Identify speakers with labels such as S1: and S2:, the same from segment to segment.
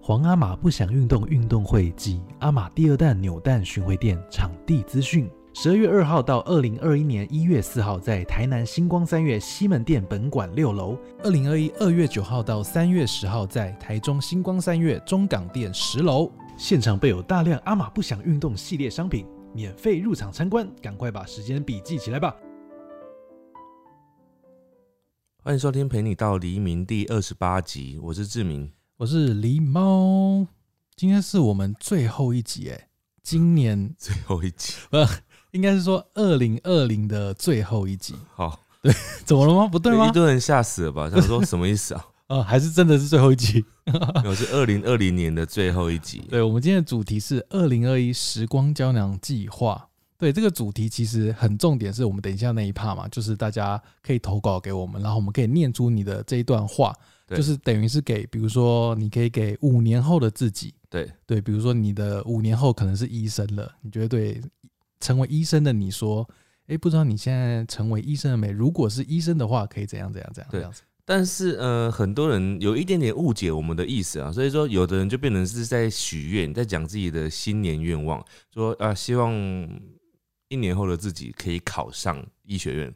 S1: 皇阿玛不想运动运动会及阿玛第二弹扭蛋巡回店场地资讯。十二月二号到二零二一年一月四号，在台南星光三月西门店本馆六楼；二零二一二月九号到三月十号，在台中星光三月中港店十楼。现场备有大量阿玛不想运动系列商品，免费入场参观，赶快把时间笔记起来吧！
S2: 欢迎收听《陪你到黎明》第二十八集，我是志明。
S3: 我是狸猫，今天是我们最后一集哎，今年
S2: 最后一集，
S3: 应该是说二零二零的最后一集，
S2: 好，
S3: 怎么了吗？不对
S2: 哦一
S3: 吗？
S2: 堆人吓死了 吧？想说什么意思啊？
S3: 呃，还是真的是最后一集。
S2: 没有，是二零二零年的最后一集。
S3: 对，我们今天的主题是二零二一时光胶囊计划。对，这个主题其实很重点，是我们等一下那一趴嘛，就是大家可以投稿给我们，然后我们可以念出你的这一段话，
S2: 对
S3: 就是等于是给，比如说你可以给五年后的自己，
S2: 对
S3: 对，比如说你的五年后可能是医生了，你觉得对成为医生的你说，哎，不知道你现在成为医生了没？如果是医生的话，可以怎样怎样怎样
S2: 对
S3: 这样子？
S2: 但是呃，很多人有一点点误解我们的意思啊，所以说有的人就变成是在许愿，在讲自己的新年愿望，说啊、希望一年后的自己可以考上医学院，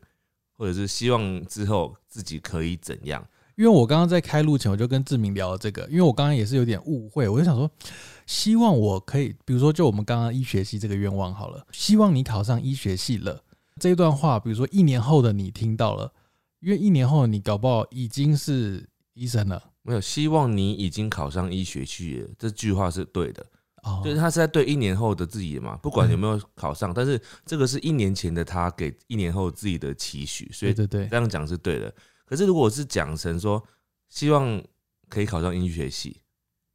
S2: 或者是希望之后自己可以怎样。
S3: 因为我刚刚在开录前我就跟志明聊了这个，因为我刚刚也是有点误会，我就想说，希望我可以，比如说就我们刚刚医学系这个愿望好了，希望你考上医学系了这一段话，比如说一年后的你听到了，因为一年后你搞不好已经是医生了
S2: 没有，希望你已经考上医学系了，这句话是对的。
S3: 哦，
S2: 就是他是在对一年后的自己嘛，不管有没有考上，但是这个是一年前的他给一年后自己的期许，所以这
S3: 对对对，
S2: 样讲是对的。可是如果是讲成说希望可以考上医学系，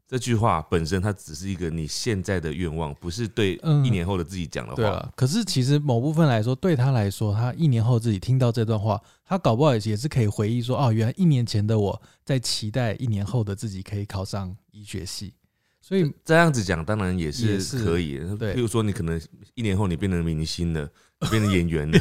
S2: 这句话本身它只是一个你现在的愿望，不是对
S3: 嗯
S2: 一年后的自己讲的
S3: 对啊
S2: 话。
S3: 了，可是其实某部分来说，对他来说，他一年后自己听到这段话，他搞不好也是可以回忆说，哦，原来一年前的我在期待一年后的自己可以考上医学系，所以
S2: 这样子讲当然也
S3: 也
S2: 是
S3: 是
S2: 可以的，
S3: 对
S2: 譬如说你可能一年后你变成明星了，你变成演员 了，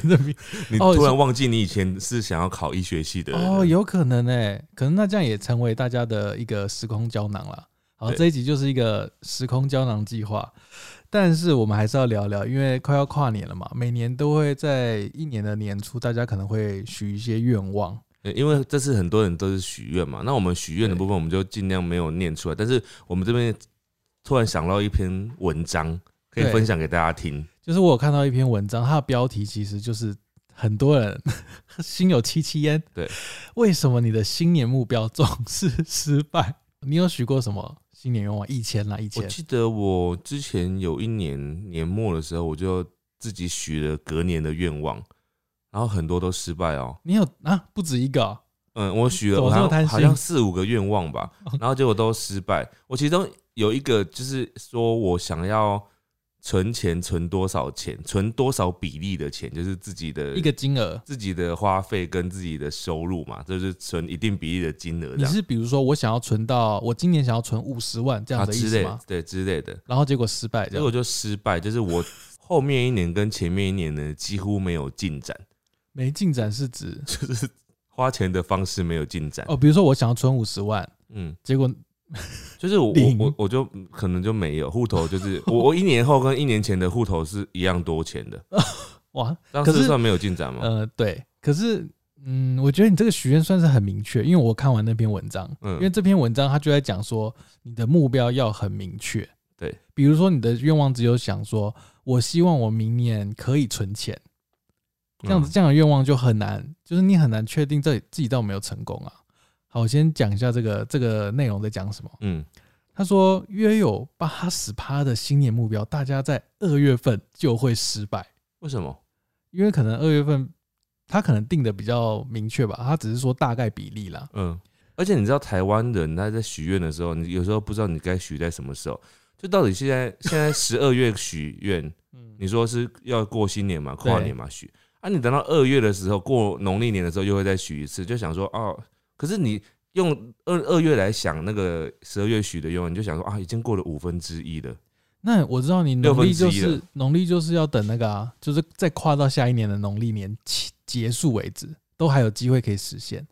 S2: 你
S3: 哦
S2: 突然
S3: 是
S2: 忘记你以前是想要考医学系的人了
S3: 哦，有可能哎、可能那这样也成为大家的一个时空胶囊了。好，
S2: 对
S3: 这一集就是一个时空胶囊计划，但是我们还是要聊聊，因为快要跨年了嘛，每年都会在一年的年初，大家可能会许一些愿望，
S2: 对因为这次很多人都是许愿嘛，那我们许愿的
S3: 对
S2: 部分我们就尽量没有念出来，但是我们这边突然想到一篇文章，可以
S3: 对
S2: 分享给大家听。
S3: 就是我有看到一篇文章，它的标题其实就是很多人 心有戚戚焉。
S2: 对，
S3: 为什么你的新年目标总是失败？你有许过什么新年愿望？以前啦，以
S2: 我
S3: 前
S2: 记得我之前有一年年末的时候，我就自己许了隔年的愿望，然后很多都失败哦。
S3: 你有啊？不止一个哦、
S2: 嗯，我许了
S3: 怎么
S2: 好
S3: 这么
S2: 像
S3: 贪
S2: 好
S3: 心哦
S2: 像四五个愿望吧，然后结果都失败。我其中有一个就是说我想要存钱，存多少钱，存多少比例的钱，就是自己的
S3: 一个金额。
S2: 自己的花费跟自己的收入嘛，就是存一定比例的金额这
S3: 你
S2: 样
S3: 是比如说我想要存到我今年想要存五十万这
S2: 啊
S3: 样的意
S2: 之
S3: 思
S2: 类
S3: 吗？
S2: 对之类的，
S3: 然后结果失败这
S2: 结果
S3: 样，
S2: 就失败，就是我后面一年跟前面一年呢几乎没有进展，
S3: 没进展是指
S2: 就是花钱的方式没有进展。
S3: 哦，比如说我想要存五十万，
S2: 嗯，
S3: 结果
S2: 就是我我
S3: 零
S2: 我我就可能就没有户头，就是 我我一年后跟一年前的户头是一样多钱的，
S3: 哇，
S2: 这样
S3: 可是
S2: 是算没有进展吗？
S3: 呃，对，可是嗯，我觉得你这个许愿算是很明确，因为我看完那篇文章，
S2: 嗯
S3: 因为这篇文章它就在讲说你的目标要很明确，
S2: 对，
S3: 比如说你的愿望只有想说，我希望我明年可以存钱，这样子
S2: 嗯
S3: 这样的愿望就很难，就是你很难确定这自己到底有没有成功啊。好，我先讲一下这个这个内容在讲什么。
S2: 嗯，
S3: 他说，约有八十趴的新年目标，大家在二月份就会失败。
S2: 为什么？
S3: 因为可能二月份他可能定的比较明确吧，他只是说大概比例啦。
S2: 嗯，而且你知道台湾人他在许愿的时候，你有时候不知道你该许在什么时候。就到底现在现在十二月许愿，
S3: 嗯，
S2: 你说是要过新年嘛，跨年嘛许啊？你等到二月的时候，过农历年的时候又会再许一次，就想说哦，可是你用二二月来想那个十二月许的愿望，你就想说啊，已经过了五分之一了。
S3: 那我知道你农历就
S2: 六分之一
S3: 是农历就是要等那个啊，就是再跨到下一年的 农历年起结束为止，都还有机会可以实现。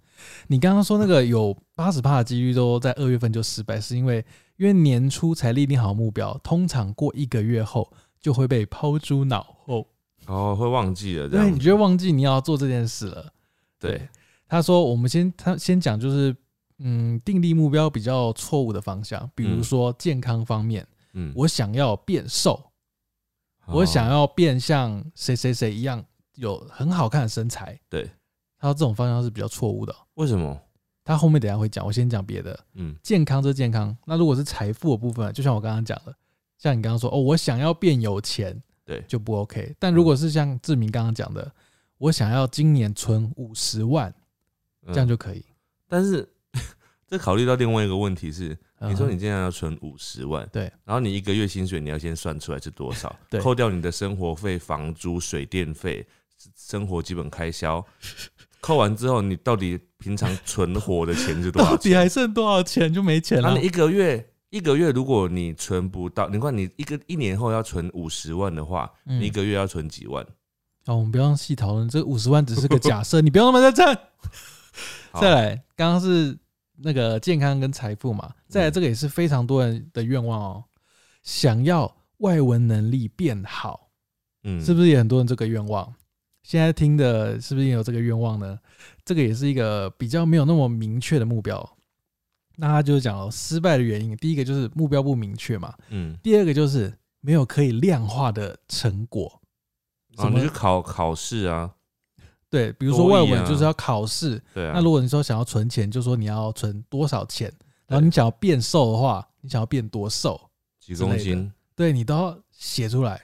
S3: 你刚刚说那个有八十趴的几率都在二月份就失败，是因为因为年初才立定好目标，通常过一个月后就会被抛诸脑后，
S2: 哦，会忘记了这
S3: 因为
S2: 样
S3: 你。就会忘记你要做这件事了。
S2: 对，
S3: 他说，我们先他先讲就是，嗯，定立目标比较错误的方向，比如
S2: 嗯
S3: 说健康方面，
S2: 嗯，
S3: 我想要变瘦，我
S2: 哦
S3: 想要变像谁谁谁一样有很好看的身材。
S2: 对，
S3: 他说这种方向是比较错误的哦。
S2: 为什么？
S3: 他后面等一下会讲，我先讲别的。
S2: 嗯
S3: 健康这健康，那如果是财富的部分，啊就像我刚刚讲的，像你刚刚说哦，我想要变有钱，
S2: 对
S3: 就不 OK。但如果是像志明刚刚讲的，我想要今年存五十万，
S2: 嗯
S3: 这样就可以。
S2: 但是 这考虑到另外一个问题是，你说
S3: 嗯
S2: 你现在要存五十万，
S3: 对，，
S2: 然后你一个月薪水你要先算出来是多少
S3: 对
S2: 扣掉你的生活费、房租、水电费、生活基本开销，扣完之后，你到底平常存活的钱是多
S3: 到
S2: 少
S3: 底
S2: 钱？
S3: 还剩多少钱就没钱啊
S2: 然
S3: 了
S2: 后啊你。一个月一个月，如果你存不到，你看你一个一年后要存五十万的话，
S3: 嗯
S2: 你一个月要存几万？
S3: 哦，我们不用细讨论，这五十万只 是个假设，你不用那么认真。
S2: 好
S3: 再来，刚刚是那个健康跟财富
S2: 嗯
S3: 嘛，再来这个也是非常多人的愿望哦，想要外文能力变好，
S2: 嗯
S3: 是不是也很多人这个愿望？现在听的是不是也有这个愿望呢？这个也是一个比较没有那么明确的目标。那他就是讲哦，失败的原因，第一个就是目标不明确嘛，
S2: 嗯，
S3: 第二个就是没有可以量化的成果。
S2: 然
S3: 什
S2: 后
S3: 么
S2: 哦你去考考试啊，
S3: 对，比如说
S2: 多
S3: 外
S2: 益
S3: 文
S2: 啊
S3: 就是要考试，
S2: 对啊，
S3: 那如果你说想要存钱，就说你要存多少钱，然后你想要变瘦的话，你想要变多瘦，
S2: 几
S3: 之类
S2: 公
S3: 的
S2: 斤？
S3: 对你都要写出来。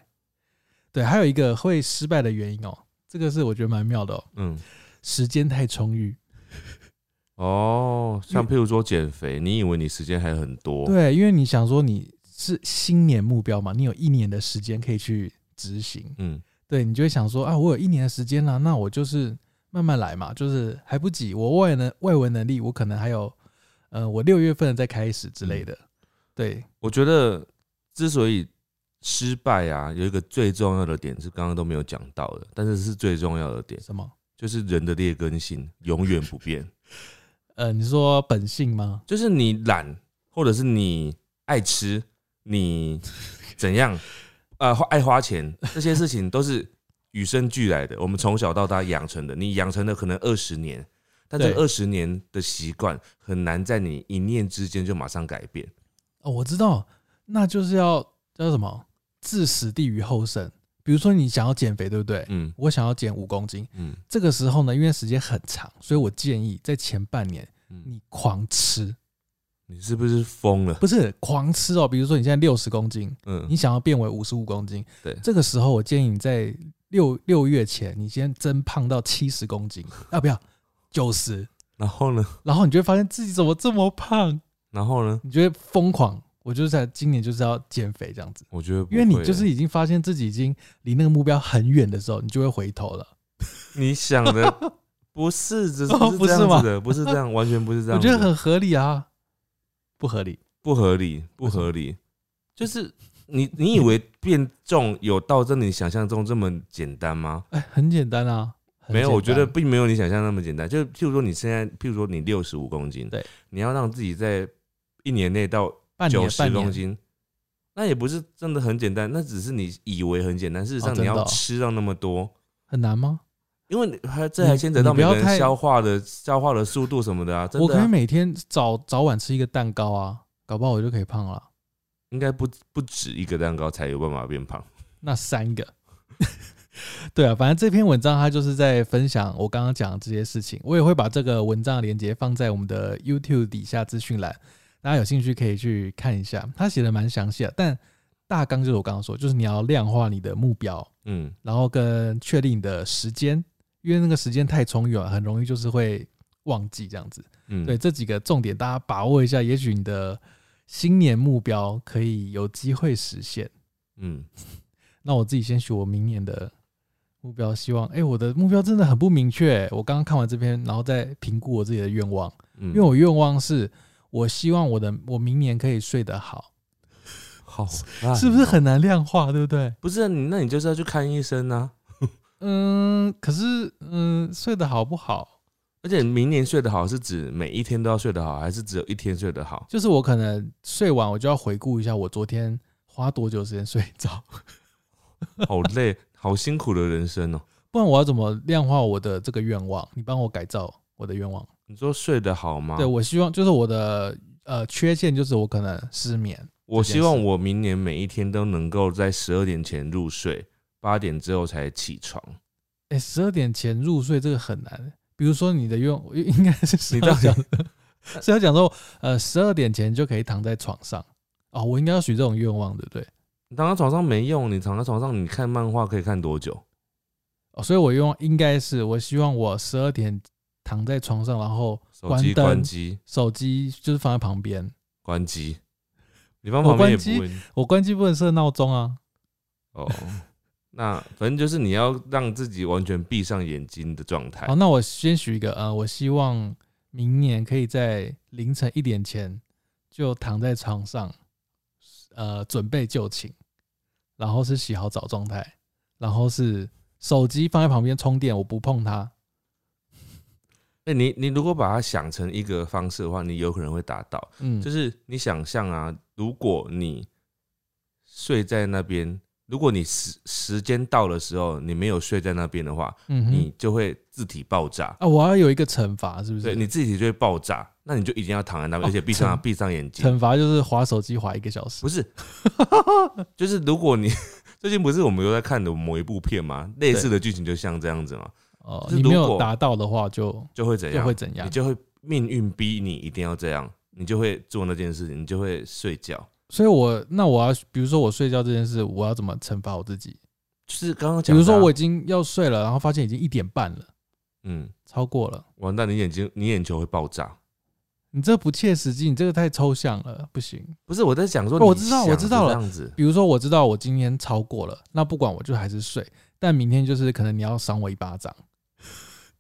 S3: 对，还有一个会失败的原因哦，这个是我觉得蛮妙的哦，
S2: 嗯，
S3: 时间太充裕。
S2: 哦，像譬如说减肥，你以为你时间还很多，
S3: 对，因为你想说你是新年目标嘛，你有一年的时间可以去执行，
S2: 嗯，
S3: 对你就会想说啊，我有一年的时间啦，那我就是慢慢来嘛，就是还不急，我外能外文能力，我可能还有，呃，我六月份再开始之类的。对，
S2: 我觉得之所以失败啊，有一个最重要的点是刚刚都没有讲到的，但是是最重要的点，
S3: 什么？
S2: 就是人的劣根性永远不变，
S3: 呃，你说本性吗？
S2: 就是你懒，或者是你爱吃，你怎样，呃，花爱花钱，这些事情都是与生俱来的，我们从小到大养成的，你养成了可能二十年。但这
S3: 对
S2: 二十年的习惯很难在你一念之间就马上改变。
S3: 哦，我知道，那就是要叫什么置死地于后生。比如说你想要减肥，对不对？
S2: 嗯
S3: 我想要减五公斤，
S2: 嗯
S3: 这个时候呢，因为时间很长，所以我建议在前半年
S2: 嗯，
S3: 你狂吃，
S2: 你是不是疯了？
S3: 不是狂吃哦。比如说你现在六十公斤，
S2: 嗯，
S3: 你想要变为五十五公斤，
S2: 对
S3: 这个时候我建议你在六六月前，你先增胖到七十公斤，要不要？九十，
S2: 然后呢？
S3: 然后你就会发现自己怎么这么胖，
S2: 然后呢？
S3: 你就会疯狂。我就是在今年就是要减肥这样子。
S2: 我觉得不
S3: 因为你
S2: 会
S3: 就是已经发现自己已经离那个目标很远的时候，你就会回头了。
S2: 你想的不是， 只是
S3: 哦
S2: 不
S3: 不
S2: 是
S3: 是
S2: 这样
S3: 吗
S2: 子的，不是这样，完全不是这
S3: 我
S2: 样子
S3: 觉
S2: 的。
S3: 得很合理啊，不合理。
S2: 不合理，不合理。就是你，你以为变重有到真的你想象中这么简单吗？
S3: 哎，很简单啊。很
S2: 没有，我觉
S3: 简
S2: 得
S3: 单
S2: 并没有你想象那么简单。就譬如说，你现在，譬如说你六十五公斤，
S3: 对，
S2: 你要让自己在一年内到
S3: 半年
S2: 九十
S3: 半
S2: 公
S3: 年，
S2: 斤，那也不是真的很简单，那只是你以为很简单，事实
S3: 哦
S2: 上
S3: 真
S2: 你
S3: 的
S2: 要
S3: 哦
S2: 吃到那么多，
S3: 很难吗？
S2: 因为你还这
S3: 你
S2: 还牵扯到
S3: 你不
S2: 每
S3: 要
S2: 个人
S3: 太
S2: 消化的消化的速度什么的啊，真
S3: 我
S2: 的啊、
S3: 可以每天早早晚吃一个蛋糕啊，搞不好我就可以胖了。
S2: 应该不不止一个蛋糕才有办法变胖。
S3: 那三个， 对啊，反正这篇文章它就是在分享我刚刚讲的这些事情。我也会把这个文章的链接放在我们的 YouTube 底下资讯栏，大家有兴趣可以去看一下。他写的蛮详细的，但大纲就是我刚刚说，就是你要量化你的目标，
S2: 嗯，
S3: 然后跟确定你的时间，因为那个时间太充裕了，很容易就是会忘记这样子。
S2: 嗯，
S3: 对，这几个重点，大家把握一下，也许你的新年目标可以有机会实现。
S2: 嗯，
S3: 那我自己先许我明年的目标，希望哎、诶我的目标真的很不明确、我刚刚看完这篇，然后再评估我自己的愿望，
S2: 嗯，
S3: 因为我愿望是，我希望我的我明年可以睡得好，
S2: 好烂
S3: 是不是
S2: 哦
S3: 很难量化，对不对？
S2: 不是、啊、你？那你就是要去看医生啊。
S3: 嗯，可是嗯，睡得好不好？
S2: 而且明年睡得好是指每一天都要睡得好，还是只有一天睡得 好？
S3: 就是我可能睡完，我就要回顾一下我昨天花多久时间睡着，
S2: 好累，好辛苦的人生哦、
S3: 不然我要怎么量化我的这个愿望？你帮我改造我的愿望。
S2: 你说睡得好吗？
S3: 对我希望就是我的呃缺陷就是我可能失眠，
S2: 我
S3: 这
S2: 希
S3: 件
S2: 望
S3: 事
S2: 我明年每一天都能够在十二点前入睡，八点之后才起床。
S3: 哎、十二点前入睡这个很难。比如说你的愿应该是
S2: 你
S3: 十
S2: 到
S3: 二
S2: 底
S3: 讲， 是要讲说呃十二点前就可以躺在床上哦，我应该要许这种愿望对不对？
S2: 你躺在床上没用，你躺在床上你看漫画可以看多久？
S3: 哦，所以我愿望应该是我希望我十二点躺在床上，然后
S2: 手机
S3: 关灯
S2: 关机，
S3: 手机就是放在旁边，
S2: 关机。你放旁
S3: 我
S2: 边也
S3: 关
S2: 不会
S3: 我关机不能设闹钟啊。
S2: 哦。 那反正就是你要让自己完全闭上眼睛的状态
S3: 好，。那我先许一个，呃，我希望明年可以在凌晨一点前就躺在床上，呃，准备就寝，然后是洗好澡状态，然后是手机放在旁边充电，我不碰它。
S2: 哎、你你如果把它想成一个方式的话，你有可能会达到。
S3: 嗯，
S2: 就是是你想象啊，如果你睡在那边，如果你时时间到的时候你没有睡在那边的话，
S3: 嗯
S2: 你
S3: 哼，
S2: 就会字体爆炸，
S3: 啊，我要有一个惩罚，是不
S2: 对，
S3: 是？
S2: 你字体就会爆炸，那你就一定要躺在那边，
S3: 哦
S2: 而且闭上
S3: 惩
S2: 闭上眼睛，
S3: 惩罚就是划手机划一个小时
S2: 不，是， 就是如果你 最近不是我们有在看的某一部片吗？类似的剧情就像这样子嘛，
S3: 哦、
S2: 就是
S3: 你没
S2: 如
S3: 有
S2: 果
S3: 达到的话就
S2: 就会怎
S3: 就
S2: 样
S3: 会？怎样
S2: 你？就会命运逼你一定要这样，你就会做那件事情，你就会睡觉。
S3: 所以我那我要比如说我睡觉这件事，我要怎么惩罚我自己？
S2: 就是刚刚
S3: 比
S2: 讲的啊，
S3: 如说我已经要睡了，然后发现已经一点半了。
S2: 嗯，
S3: 超过了。
S2: 完蛋，你眼睛你眼球会爆炸。
S3: 你这不切实际，你这个太抽象了，不行。
S2: 不是我在想说
S3: 哦
S2: 你想
S3: 我知道我知道了
S2: 是这样子
S3: 比如说，我知道我今天超过了，那不管我就还是睡，但明天就是可能你要赏我一巴掌，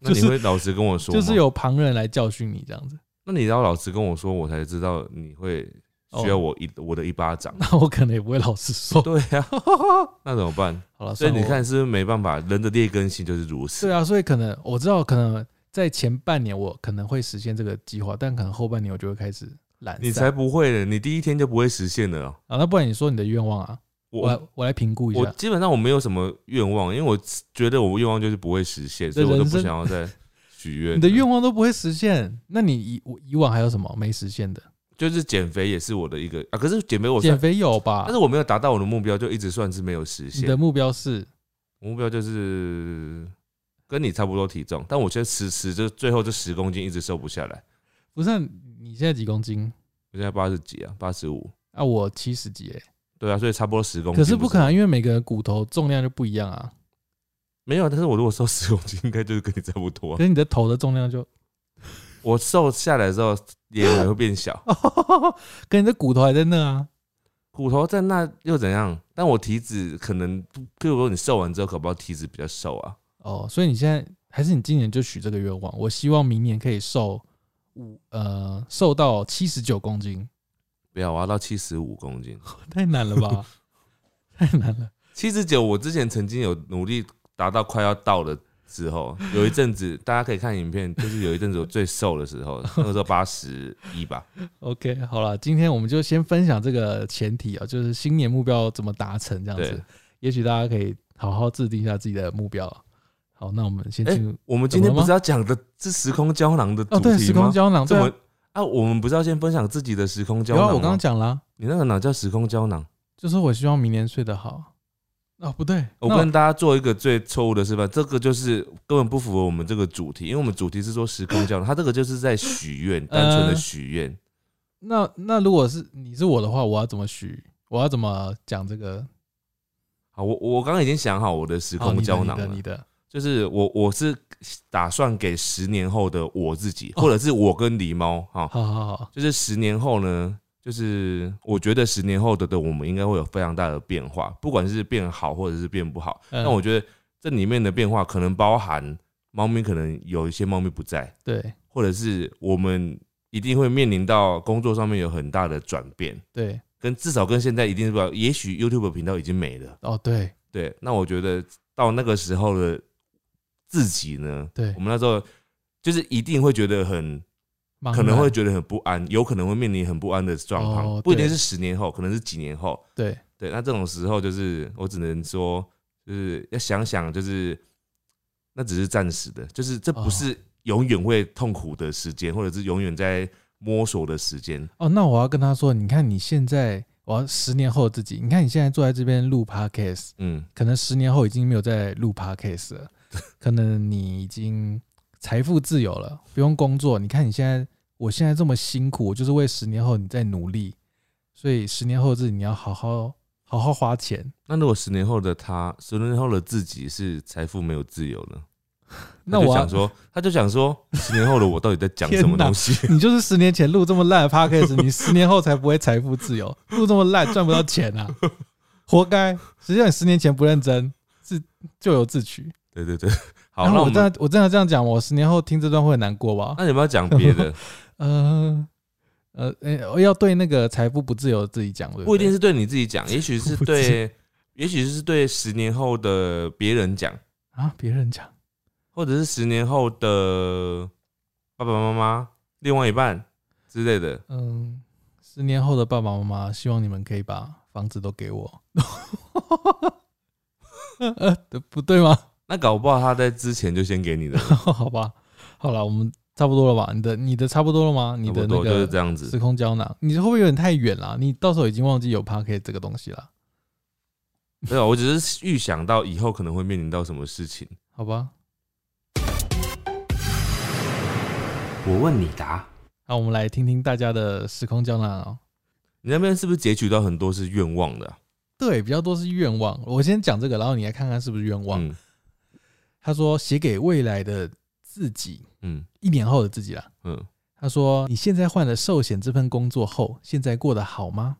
S2: 那你
S3: 就是
S2: 会老实跟我说吗
S3: 就是，有旁人来教训你这样子。
S2: 那你要老实跟我说，我才知道你会需要
S3: 哦。
S2: 我一、我的一巴掌
S3: 那我可能也不会老实说。
S2: 对 呀、那怎么办？
S3: 好了，
S2: 所以
S3: 算
S2: 你
S3: 我
S2: 看，，是不是没办法？人的劣根性就是如此。
S3: 对啊，所以可能我知道，可能在前半年我可能会实现这个计划，但可能后半年我就会开始懒散。
S2: 你才不会呢，你第一天就不会实现了哦。
S3: 啊，那不然你说你的愿望啊，我来
S2: 我
S3: 我来评估一
S2: 我
S3: 下。
S2: 基本上我没有什么愿望，因为我觉得我愿望就是不会实现，所以我都
S3: 人
S2: 不
S3: 生
S2: 想要 再许愿了。
S3: 你的愿望都不会实现，那你以我以往还有什么没实现的？
S2: 就是减肥也是我的一个啊，可是减肥我算
S3: 减肥有吧
S2: 但？是我没有达到我的目标，就一直算是没有实
S3: 你
S2: 现
S3: 的。目标是
S2: 我目标就是跟你差不多体重，但我觉得迟迟就最后这十公斤一直瘦不下来。
S3: 不是啊、你现在几公斤
S2: 我现在八十几啊，八十五，
S3: 啊？我七十几哎、
S2: 对啊，所以差不多十公斤。
S3: 可是不可能，，啊因为每个人骨头重量就不一样啊。
S2: 没有。但是我如果瘦十公斤，应该就是跟你差不多啊
S3: 可。是你的头的重量就，
S2: 我瘦下来之后，也还会变小，
S3: 跟你的骨头还在那啊。
S2: 骨头在那又怎样？但我体脂可能，譬如说你瘦完之后，可不好体脂比较瘦啊。
S3: 哦，所以你现在还是你今年就许这个愿望，我希望明年可以瘦五呃瘦到七十九公斤，
S2: 不要，我要到七十五公斤，
S3: 太难了吧？ 太难了。
S2: 七十九。我之前曾经有努力达到快要到的时候，有一阵子大家可以看影片，就是有一阵子我最瘦的时候，那个时候八十一吧。
S3: OK，好了，今天我们就先分享这个前提啊、就是新年目标怎么达成这样
S2: 对
S3: 子，，也许大家可以好好制定一下自己的目标。啊好，那我们先
S2: 哎
S3: 进入、
S2: 我们今天不是要讲的是时空胶囊的主
S3: 哦，
S2: 题吗？
S3: 对，时空胶囊，
S2: 这
S3: 对啊、
S2: 么啊，我们不是要先分享自己的时空胶
S3: 有
S2: 囊
S3: 啊，
S2: 吗？
S3: 我刚刚讲啦，
S2: 你那个哪叫时空胶囊？
S3: 就是我希望明年睡得好。哦，不对，
S2: 我
S3: 那
S2: 跟大家做一个最错误的示范，这个就是根本不符合我们这个主题，因为我们主题是说时空胶囊，它这个就是在许愿，
S3: 呃
S2: 单纯的许愿。
S3: 那那如果是你是我的话，我要怎么许？我要怎么讲这个
S2: 好，我我刚刚已经想好我的时
S3: 时
S2: 空胶囊
S3: 哦
S2: 啊
S3: 你的
S2: 了，
S3: 你的
S2: 就是我我是打算给十年后的我自己，
S3: 哦
S2: 或者是我跟狸猫哈，
S3: 好好好，
S2: 就是十年后呢，就是我觉得十年后的的我们应该会有非常大的变化，不管是变好或者是变不好。
S3: 嗯
S2: 但我觉得这里面的变化可能包含猫咪可能有一些猫咪不在，
S3: 对
S2: 或者是我们一定会面临到工作上面有很大的转变，
S3: 对
S2: 跟至少跟现在一定是不一样，也许 YouTube 频道已经没了。
S3: 哦对
S2: 对，那我觉得到那个时候的自己呢，
S3: 对
S2: 我，们那时候就是一定会觉得很
S3: 茫
S2: 可能
S3: 然
S2: 会觉得很不安，有可能会面临很不安的状况，
S3: 哦
S2: 不一定
S3: 对
S2: 是十年后，可能是几年后。
S3: 对
S2: 对，那这种时候就是我只能说，就是要想想，就是那只是暂时的，就是这不
S3: 哦
S2: 是永远会痛苦的时间，或者是永远在摸索的时间。
S3: 哦，那我要跟他说，你看你现在，我要十年后的自己，你看你现在坐在这边录 podcast，
S2: 嗯，
S3: 可能十年后已经没有在录 podcast 了，可能你已经财富自由了，不用工作。你看你现在，我现在这么辛苦，我就是为十年后你在努力，所以十年后的自己你要好好好好花钱。
S2: 那如果十年后的他，十年后的自己是财富没有自由呢？他
S3: 那
S2: 就
S3: 我啊要
S2: 想说，他就想说，十年后的我到底在讲什么东西？
S3: 你就是十年前录这么烂的 podcast，你十年后才不会财富自由，录这么烂赚不到钱 啊，活该！实际上你十年前不认真，自咎由自取。
S2: 对对对，好，
S3: 然
S2: 那
S3: 后
S2: 我
S3: 我真
S2: 们
S3: 的我真的这样讲，我十年后听这段会很难过吧？
S2: 那你们要讲别的，
S3: 呃呃，诶我要对那个财富不自由的自己讲，对
S2: 不一定
S3: 是
S2: 是对你自己讲，也许是
S3: 我不知
S2: 对，也许是对十年后的别人讲，
S3: 啊，别人讲
S2: 或者是十年后的爸爸妈妈、另外一半之类的。
S3: 嗯，十年后的爸爸妈妈，希望你们可以把房子都给我。 呃，不对吗？
S2: 那搞不好他在之前就先给你的，
S3: 好吧，好了，我们差不多了吧？你的你的差不多了吗？ 你
S2: 差
S3: 的
S2: 不
S3: 那
S2: 多就是
S3: 个
S2: 这样子
S3: 时。空胶囊，你会不会有点太远了？你到时候已经忘记有 p a r k e t 这个东西了，
S2: 对啊，我只是预想到以后可能会面临到什么事情。
S3: 好吧？
S1: 我问你答。
S3: 那我们来听听大家的时空胶囊哦。
S2: 你那边是不是截取到很多是愿望的啊、
S3: 对，比较多是愿望。我先讲这个，然后你来看看是不是愿望。
S2: 嗯
S3: 他说写给未来的自己，
S2: 嗯
S3: 一年后的自己啦。
S2: 嗯，
S3: 他说：“你现在换了寿险这份工作后，现在过得好吗？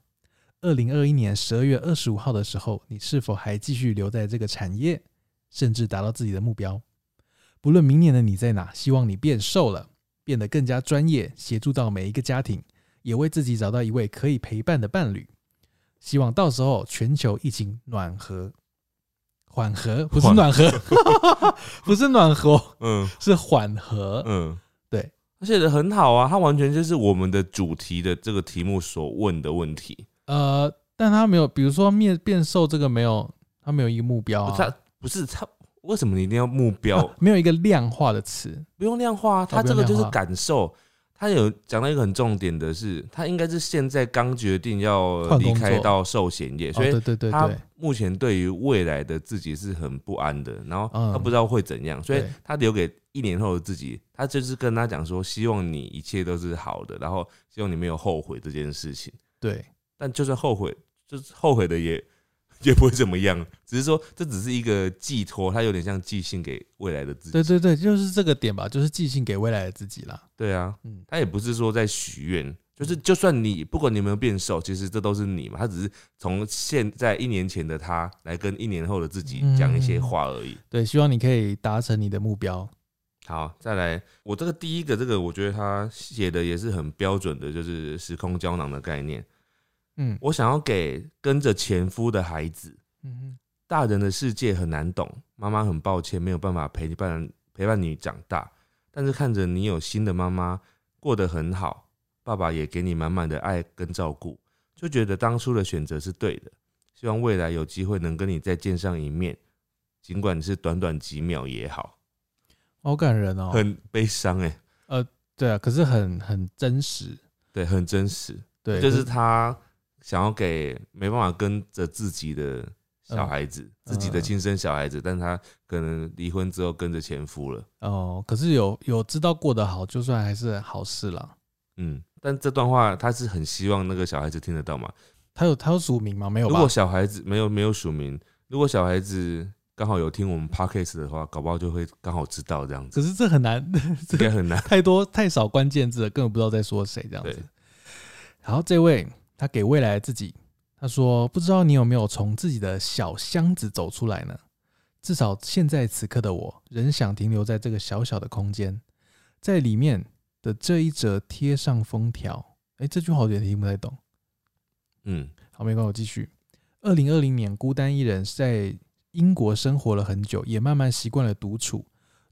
S3: 二零二一年十二月二十五号的时候，你是否还继续留在这个产业，甚至达到自己的目标？不论明年的你在哪，希望你变瘦了，变得更加专业，协助到每一个家庭，也为自己找到一位可以陪伴的伴侣。希望到时候全球疫情暖和，缓和不是
S2: 缓
S3: 暖和，不是暖和，
S2: 嗯
S3: 是缓和。
S2: 嗯，
S3: 呃对，
S2: 他写的很好啊，他完全就是我们的主题的这个题目所问的问题，
S3: 呃，但他没有，比如说面变瘦这个没有，他没有一个目标啊，
S2: 他不是他为什么你一定要目标？
S3: 啊 没有一个量化的词。
S2: 不用量化啊，
S3: 哦
S2: 他
S3: 不
S2: 这
S3: 用
S2: 个
S3: 量
S2: 就是
S3: 化
S2: 感受。他有讲到一个很重点的是，他应该是现在刚决定要
S3: 换
S2: 离
S3: 工
S2: 开
S3: 作
S2: 到寿险业，
S3: 哦，
S2: 所以
S3: 对对对
S2: 他
S3: 对，
S2: 目前对于未来的自己是很不安的，然后
S3: 嗯
S2: 他不知道会怎样，所以
S3: 对
S2: 他留给一年后的自己，他就是跟他讲说，希望你一切都是好的，然后希望你没有后悔这件事情。
S3: 对
S2: 但就算后悔，就是后悔的也 也不会怎么样，只是说这只是一个寄托，他有点像寄信给未来的自己。
S3: 对对对，就是这个点吧，就是寄信给未来的自己啦。
S2: 对啊，
S3: 嗯，
S2: 他也不是说在许愿，就是就算你不管你有没有变瘦，其实这都是你嘛。他只是从现在一年前的他来跟一年后的自己讲一些话而已。
S3: 对，希望你可以达成你的目标。
S2: 好，再来，我这个第一个这个，我觉得他写的也是很标准的，就是时空胶囊的概念。
S3: 嗯
S2: 我想要给跟着前夫的孩子，
S3: 嗯哼，
S2: 大人的世界很难懂，妈妈很抱歉没有办法陪伴陪伴你长大，但是看着你有新的妈妈过得很好，爸爸也给你满满的爱跟照顾，就觉得当初的选择是对的。希望未来有机会能跟你再见上一面，尽管是短短几秒也好，
S3: 好感人哦。
S2: 很悲伤哎、
S3: 对啊，可是很很真实。
S2: 对，很真实，
S3: 对，
S2: 就是
S3: 可
S2: 他想要给没办法跟着自己的小孩子，
S3: 嗯
S2: 自己的
S3: 嗯
S2: 亲生小孩子，但他可能离婚之后跟着前夫了。
S3: 哦，可是有有知道过得好，就算还是好事啦。
S2: 嗯，但这段话他是很希望那个小孩子听得到嘛？
S3: 他有他有署名吗？没有
S2: 如
S3: 吧
S2: 果？小孩子没有没有署名，如果小孩子刚好有听我们 podcast 的话，搞不好就会刚好知道这样子，
S3: 可是这很难，这
S2: 应该很难。
S3: 太多太少关键字了，根本不知道在说谁这样
S2: 啊对
S3: 子。然后这位他给未来的自己，他说：“不知道你有没有从自己的小箱子走出来呢？至少现在此刻的我，仍想停留在这个小小的空间，在里面的这一则贴上封条。”哎，这句话我有点听不太懂。
S2: 嗯，
S3: 好，没关系，我继续。二零二零年，孤单一人在英国生活了很久，也慢慢习惯了独处。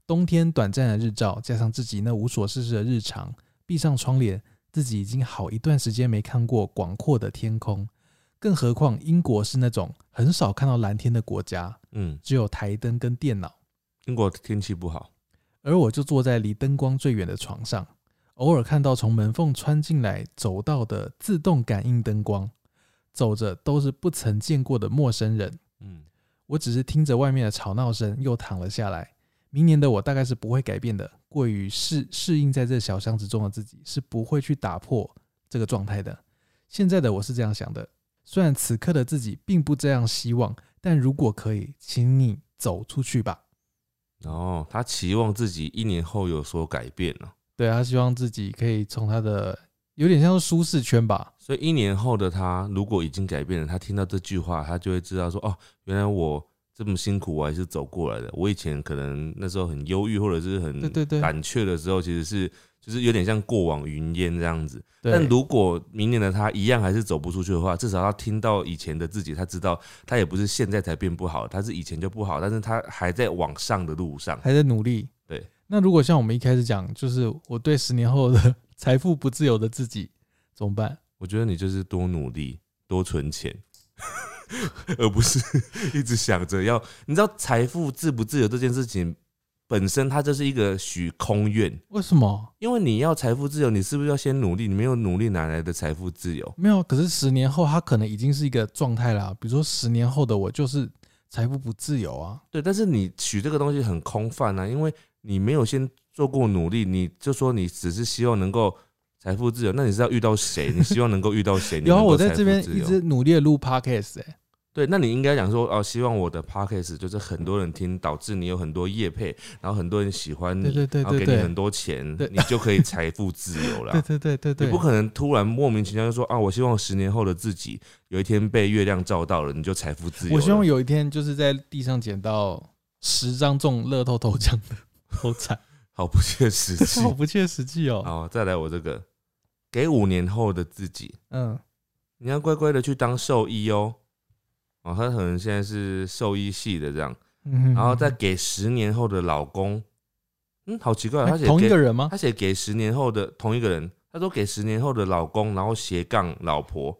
S3: 冬天短暂的日照，加上自己那无所事事的日常，闭上窗帘，自己已经好一段时间没看过广阔的天空。更何况英国是那种很少看到蓝天的国家，
S2: 嗯，
S3: 只有台灯跟电脑。
S2: 英国天气不好，
S3: 而我就坐在离灯光最远的床上，偶尔看到从门缝穿进来走道的自动感应灯光，走着都是不曾见过的陌生人。
S2: 嗯，
S3: 我只是听着外面的吵闹声，又躺了下来。明年的我大概是不会改变的，过于适适应在这小巷子中的自己是不会去打破这个状态的。现在的我是这样想的，虽然此刻的自己并不这样希望，但如果可以，请你走出去吧。
S2: 然后他期望自己一年后有所改变了、
S3: 对他希望自己可以从他的有点像是舒适圈吧，
S2: 所以一年后的他，如果已经改变了，他听到这句话，他就会知道说，哦，原来我这么辛苦，我还是走过来的。我以前可能那时候很忧郁，或者是很
S3: 对对对
S2: 胆怯的时候，其实是就是有点像过往云烟这样子。
S3: 对
S2: 但如果明年的他一样还是走不出去的话，至少他听到以前的自己，他知道他也不是现在才变不好，他是以前就不好，但是他还在往上的路上。
S3: 还在努力。
S2: 对，
S3: 那如果像我们一开始讲，就是我对十年后的 财富不自由的自己怎么办？
S2: 我觉得你就是多努力，多存钱， 而不是 一直想着要。你知道财富自不自由这件事情本身，它就是一个许空愿。
S3: 为什么
S2: 因为你要财富自由，你是不是要先努力？你没有努力，哪来的财富自由？
S3: 没有？可是十年后他可能已经是一个状态啦，比如说十年后的我就是财富不自由啊。
S2: 对，但是你许这个东西很空泛啊，因为你没有先做过努力，你就说你只是希望能够财富自由，那你是要遇到谁？你希望能够遇到 谁？你
S3: 然后
S2: 能够
S3: 啊我在
S2: 财
S3: 这
S2: 富
S3: 边
S2: 自
S3: 一
S2: 由
S3: 直努力的录 podcast，、欸、
S2: 对，那你应该讲说哦，希望我的 podcast 就是很多人听，导致你有很多业配，然后很多人喜欢你，
S3: 对对对
S2: 然后给
S3: 对
S2: 你
S3: 对
S2: 很多钱
S3: 对，
S2: 你就可以财富自 由
S3: 对
S2: 啦。
S3: 对对对
S2: 你
S3: 对，
S2: 啊不可能突然莫名其妙就说啊，我希望十年后的自己有一天被月亮照到了，你就财富自由了。
S3: 我希望有一天就是在地上捡到十张中乐透头奖的 头 彩，
S2: 好不切 实际。
S3: 好不切实际哦。
S2: 好，再来我这个，给五年后的自己，
S3: 嗯，
S2: 你要乖乖的去当兽医哦。哦，他可能现在是兽医系的这样，
S3: 然
S2: 然后
S3: 嗯哎
S2: 再给十年后的老公，嗯，好奇怪啊，他写
S3: 哎同一
S2: 给
S3: 个人吗？
S2: 他写给十年后的同一个人，他说给十年后的老公，然后斜杠老婆，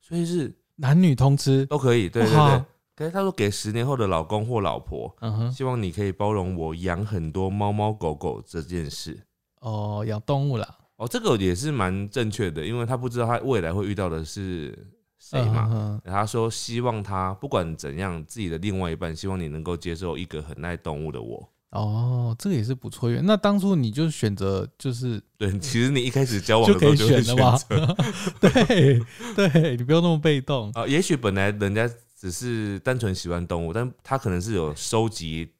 S2: 所以是
S3: 男女通吃，
S2: 都可以，对对
S3: 哇
S2: 对。可是他说给十年后的老公或老婆，
S3: 嗯哼，
S2: 希望你可以包容我养很多猫猫狗狗这件事。
S3: 哦，养动物啦，
S2: 哦，这个也是蛮正确的，因为他不知道他未来会遇到的是谁
S3: 嗯
S2: 嘛。
S3: 哼
S2: 他说希望他不管怎样，自己的另外一半希望你能够接受一个很爱动物的我。
S3: 哦，这个也是不错耶。那当初你就选择就是
S2: 对，其实你一开始交往
S3: 就
S2: 的时
S3: 可
S2: 候
S3: 以
S2: 就会
S3: 选
S2: 选
S3: 了
S2: 择
S3: 吧？ 对对，你不要那么被动。
S2: 啊，也许本来人家只是单纯喜欢动物，但他可能是有收集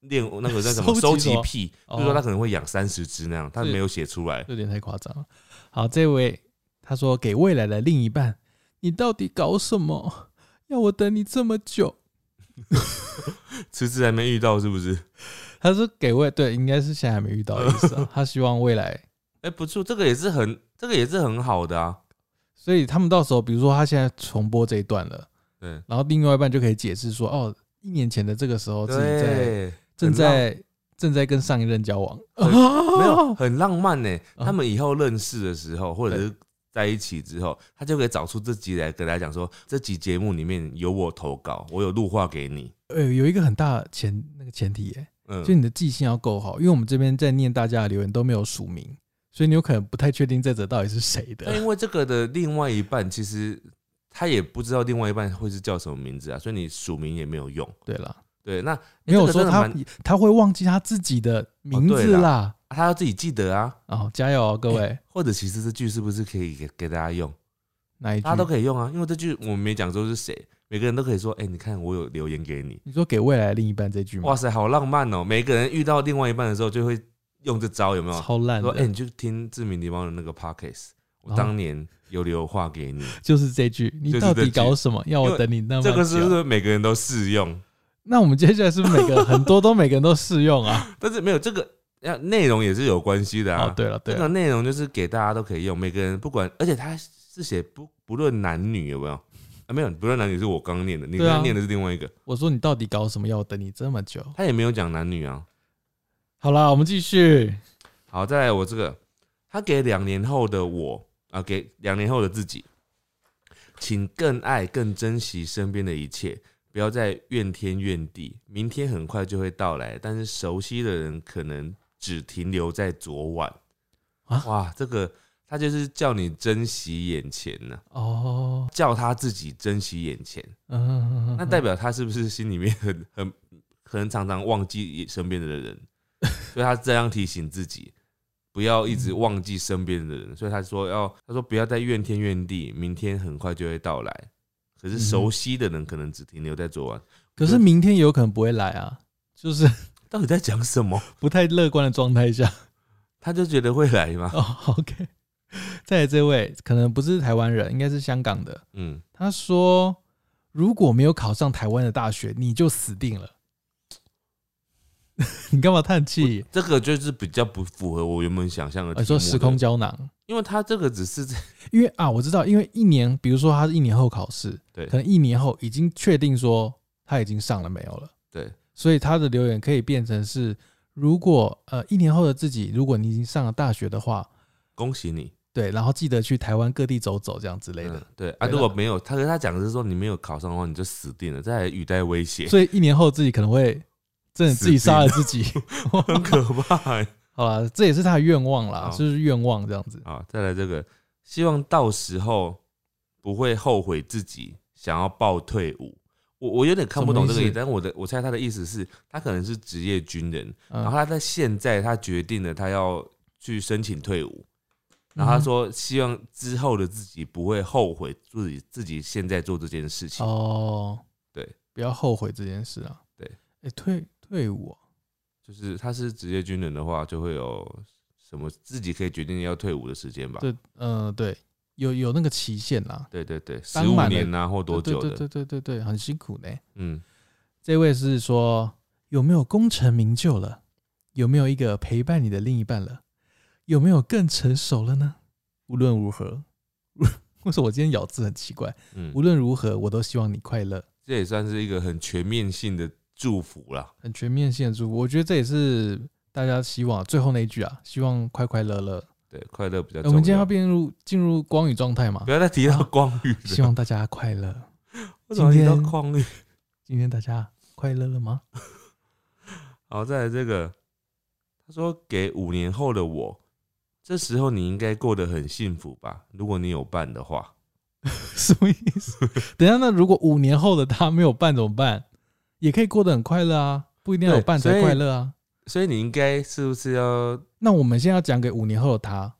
S2: 练那个叫什么
S3: 收
S2: 收
S3: 集什
S2: 集
S3: 么
S2: 癖，
S3: 哦
S2: 比如说他可能会养三十只那样，他
S3: 是
S2: 没有写出来。
S3: 有点太夸张了。好，这位他说给未来的另一半，你到底搞什么？要我等你这么久？
S2: 迟迟还没遇到，是不是？
S3: 他说给未对，应该是现在还没遇到的意思啊、他希望未来，
S2: 哎、不错，这个也是很，这个也是很好的啊。
S3: 所以他们到时候，比如说他现在重播这一段了，
S2: 对
S3: 然后另外一半就可以解释说，哦，一年前的这个时候自己在
S2: 对，
S3: 正
S2: 很
S3: 在正在跟上一任交往，
S2: 没 有很浪漫呢、
S3: 啊
S2: 他们以后认识的时候，或者
S3: 对
S2: 是在一起之后，他就可以找出这集来跟大家讲说，这集节目里面有我投稿，我有录话给你。
S3: 呃，有一个很大的前那个前提耶、
S2: 嗯，
S3: 就你的记性要够好，因为我们这边在念大家的留言都没有署名，所以你有可能不太确定这则到底是谁
S2: 那
S3: 的。
S2: 因为这个的另外一半，其实他也不知道另外一半会是叫什么名字啊，所以你署名也没有用。
S3: 对啦，
S2: 对，哎那、
S3: 没有说他
S2: 他
S3: 他会忘记他自己的名
S2: 哦
S3: 字啦。
S2: 他要自己记得啊，
S3: 哦，加油、哦，各位，
S2: 或者其实这句是不是可以给给大家用？
S3: 哪一句
S2: 大家？都可以用啊，因为这句我们没讲说是谁，每个人都可以说，哎、你看我有留言给你，
S3: 你说给未来的另一半这句吗
S2: 哇？塞，好浪漫哦！每个人遇到另外一半的时候，就会用这招，有没有？
S3: 超烂
S2: 说，
S3: 的，
S2: 哎、你去听志明狸猫的那个 podcast，我
S3: 哦
S2: 当年有留话给你，
S3: 就是这句，你
S2: 就是
S3: 到
S2: 这
S3: 底
S2: 句
S3: 搞什么？要
S2: 因
S3: 我
S2: 为
S3: 等你那么久？
S2: 这个是不是每个人都适用？
S3: 那我们接下来是不是每个很多都每个人都适用 啊？
S2: 但是没有这个，要内容也是有关系的
S3: 哦
S2: 啊，。
S3: 对了对
S2: 这
S3: 了
S2: 个，内容就是给大家都可以用，每个人不管，而且他是写不不论男女有没有啊？没有，不论男女是我刚念的，你
S3: 对啊
S2: 刚念的是另外一个，
S3: 我说你到底搞什么？要我等你这么久？
S2: 他也没有讲男女啊。
S3: 好啦，我们继续。
S2: 好，再来我这个，他给两年后的我啊，给两年后的自己，请更爱、更珍惜身边的一切，不要再怨天怨地。明天很快就会到来，但是熟悉的人可能只停留在昨晚。
S3: 啊
S2: 哇，这个他就是叫你珍惜眼前啊呢、
S3: 哦，
S2: 叫他自己珍惜眼前。
S3: 嗯，
S2: 那代表他是不是心里面很 很可能常常忘记身边的 人，所以他这样提醒自己，不要一直忘记身边的人。所以他说要，他说不要再怨天怨地，明天很快就会到来。可是熟悉的人可能只停留在昨晚，
S3: 可是明天也有可能不会来啊， 就是
S2: 到底在讲什么？
S3: 不太乐观的状态下。
S2: 他就觉得会来吗？
S3: 哦，OK。再来这位可能不是台湾人，应该是香港的。
S2: 嗯，
S3: 他说，如果没有考上台湾的大学，你就死定了。 你干嘛叹气？
S2: 嗯这个就是比较不符合我原本想象的
S3: 呃，
S2: 题
S3: 说
S2: 目
S3: 时空
S2: 的，
S3: 胶囊，
S2: 因为他这个只是在
S3: 因为啊，我知道，因为一年，比如说他是一年后考试，
S2: 对
S3: 可能一年后已经确定说他已经上了没有了，
S2: 对，
S3: 所以他的留言可以变成是，如果呃一年后的自己，如果你已经上了大学的话，
S2: 恭喜你
S3: 对，然后记得去台湾各地走走这样之类的。
S2: 嗯对啊，
S3: 对
S2: 如果
S3: 啦
S2: 没有他，跟他讲的是说你没有考上的话，你就死定了，这还语带威 胁。
S3: 所以一年后自己可能会真的自己杀了自己。
S2: 很可怕、欸。
S3: 好啦，这也是他的愿望啦，
S2: 好
S3: 就是愿望这样子。
S2: 好，啊再来这个，希望到时候不会后悔自己想要报退伍。我我有点看不懂这个
S3: 什么
S2: 意
S3: 意思
S2: 思，但我的我猜他的意思是，他可能是职业军人，
S3: 嗯
S2: 然后他在现在他决定了他要去申请退伍，然
S3: 嗯
S2: 后他说希望之后的自己不会后悔自己自己现在做这件事情。
S3: 哦，
S2: 对，
S3: 不要后悔这件事啊。
S2: 对，
S3: 哎、退退伍哦、
S2: 就是他是职业军人的话，就会有什么自己可以决定要退伍的时间吧？
S3: 对，嗯、对，有有那个期限啦，
S2: 对对对，十
S3: 当
S2: 五
S3: 满了
S2: 年呐、或多久
S3: 对对
S2: 的？
S3: 对对对对，很辛苦呢。
S2: 嗯，
S3: 这位是说有没有功成名就了？有没有一个陪伴你的另一半了？有没有更成熟了呢？无论如何， 为什么我今天咬字很奇怪？
S2: 嗯
S3: 无论如何，我都希望你快乐。
S2: 这也算是一个很全面性的祝福啦。
S3: 很全面性的祝福。我觉得这也是大家希望最后那一句啊，希望快快乐乐。
S2: 对，快乐比较重
S3: 哎
S2: 要。
S3: 我们今天要进入进入光宇状态嘛
S2: 不，要再提到光宇了，
S3: 希望大家快乐。
S2: 为什么提到
S3: 今天
S2: 光宇？
S3: 今天大家快乐了吗？
S2: 好，再来这个，他说给五年后的我，这时候你应该过得很幸福吧？如果你有伴的话，
S3: 什么意 思？等一下，那如果五年后的他没有伴怎么办？也可以过得很快乐啊，不一定要有伴
S2: 对所
S3: 才
S2: 以
S3: 快乐啊。
S2: 所以你应该是不是要
S3: 那我们现在要讲给五年后的他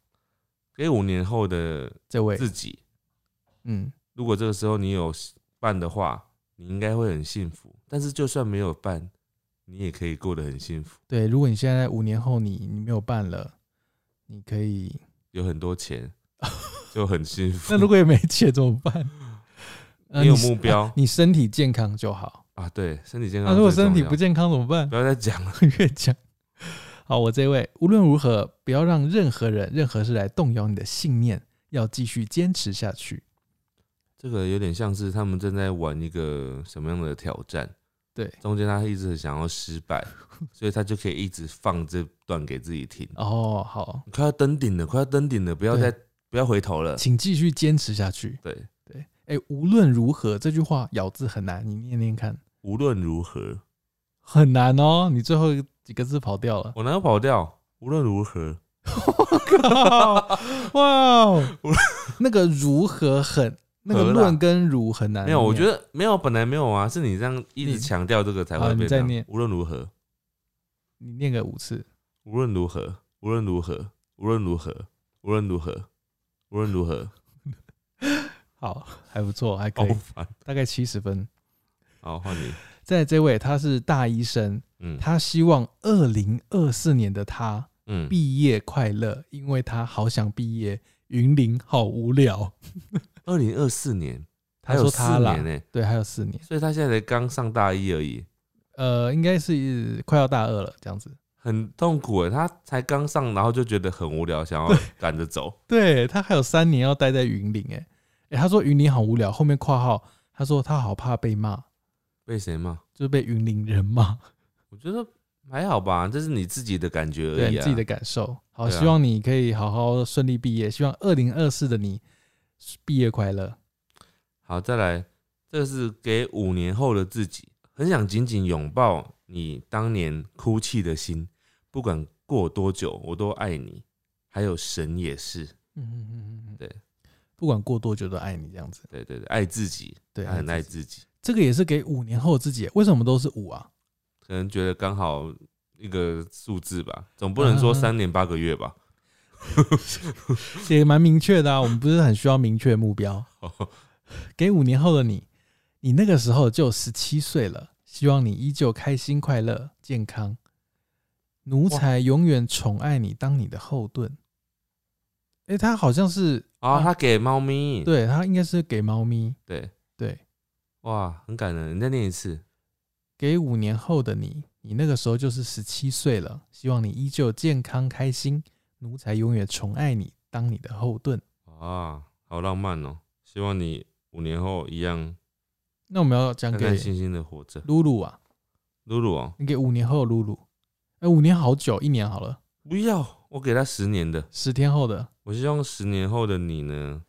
S2: 给五年后的
S3: 这位，
S2: 自己？
S3: 嗯，
S2: 如果这个时候你有伴的话，你应该会很幸福。但是就算没有伴，你也可以过得很幸福，
S3: 对，如果你现在五年后你你没有伴了，你可以。
S2: 有很多钱 就很幸福。
S3: 那如果也没钱怎么 办？呃
S2: 你有
S3: 是
S2: 目标
S3: 啊你身体健康就好。
S2: 啊，对，身体健
S3: 那、
S2: 康最重要。
S3: 如果身体不健康怎么办
S2: 不？要再讲了。
S3: 越讲，好，我这位无论如何不要让任何人、任何事来动摇你的信念，要继续坚持下去。
S2: 这个有点像是他们正在玩一个什么样的挑战，
S3: 对，
S2: 中间他一直很想要失败， 所以他就可以一直放这段给自己听。
S3: 哦，好，
S2: 你快要登顶了，快要登顶了，不要
S3: 对
S2: 再不要回头了。
S3: 请继续坚持下去。
S2: 对，
S3: 对，哎、无论如何这句话咬字很难，你念念看，
S2: 无论如何，
S3: 很难哦。你最后几个字跑
S2: ，
S3: 掉了
S2: 我哪有跑掉？无论如何，
S3: 靠，哇哦， 那个如何很，那个
S2: 何啦
S3: 论跟如很难念。
S2: 没有，我觉得没有，本来没有啊，是你这样一
S3: 你
S2: 直强调这个才
S3: 嗯好
S2: 会
S3: 你
S2: 变
S3: 再
S2: 这样
S3: 念
S2: 无论如何，
S3: 你念个五次，
S2: 无论如何，无论如何，无论如何，无论如何，无论如何，
S3: 好，还不错，还可
S2: 好
S3: 以，
S2: 烦。
S3: 大概七十分。
S2: 好，换你。
S3: 在这位他是大医生，
S2: 嗯
S3: 他希望二零二四年的他
S2: 嗯，
S3: 毕业快乐，因为他好想毕业。云林好无聊，
S2: 二零二四年还
S3: 他
S2: 有
S3: 说
S2: 四
S3: 他啦
S2: 年，呢、欸
S3: 对，还有四年，
S2: 所以他现在才刚上大一而已，
S3: 呃，应该是快要大二了这样子。
S2: 很痛苦哎，他才刚上，然后就觉得很无聊，想要赶着走。
S3: 对他还有三年要待在云林、欸，哎、他说云林好无聊，后面括号他说他好怕被骂，
S2: 被谁骂？
S3: 就是被云林人骂。
S2: 我觉得还好吧，这是你自己的感觉而
S3: 对
S2: 已
S3: 你
S2: 啊。
S3: 自己的感受。好，
S2: 对啊
S3: 希望你可以好好顺利毕业，希望二零二四的你毕业快乐。
S2: 好，再来，这是给五年后的自己，很想紧紧拥抱你当年哭泣的心，不管过多久，我都爱你。还有神也是，
S3: 嗯嗯嗯嗯，
S2: 对，
S3: 不管过多久都爱你这样子。
S2: 对对对，爱自己，
S3: 对，
S2: 他很
S3: 爱
S2: 爱
S3: 自己。
S2: 自己，
S3: 这个也是给五年后的自己，为什么都是五啊？
S2: 可能觉得刚好一个数字吧，总
S3: 嗯
S2: 不能说三年八个月 吧。
S3: 也蛮明确的啊。我们不是很需要明确目标。给五年后的你，你那个时候就十七岁了，希望你依旧开心、快乐、健康。奴才永远宠爱你，当你的后盾。诶，他好像是
S2: 啊，他给猫咪，
S3: 对他应该是给猫咪，
S2: 对，
S3: 对，
S2: 哇，很感人。你再念一次，
S3: 给五年后的你，你那个时候就是十七岁了，希望你依旧健康开心，奴才永远宠爱你，当你的后盾。
S2: 啊，好浪漫哦。希望你五年后一样
S3: 那我们要讲
S2: 开
S3: 给
S2: 开心心的活着。
S3: 露露啊，
S2: 露露哦，
S3: 你给五年后的露露，哎、五年好久，一年好了，
S2: 不要，我给他十年的。
S3: 十天后的
S2: 我希望十年后的你呢，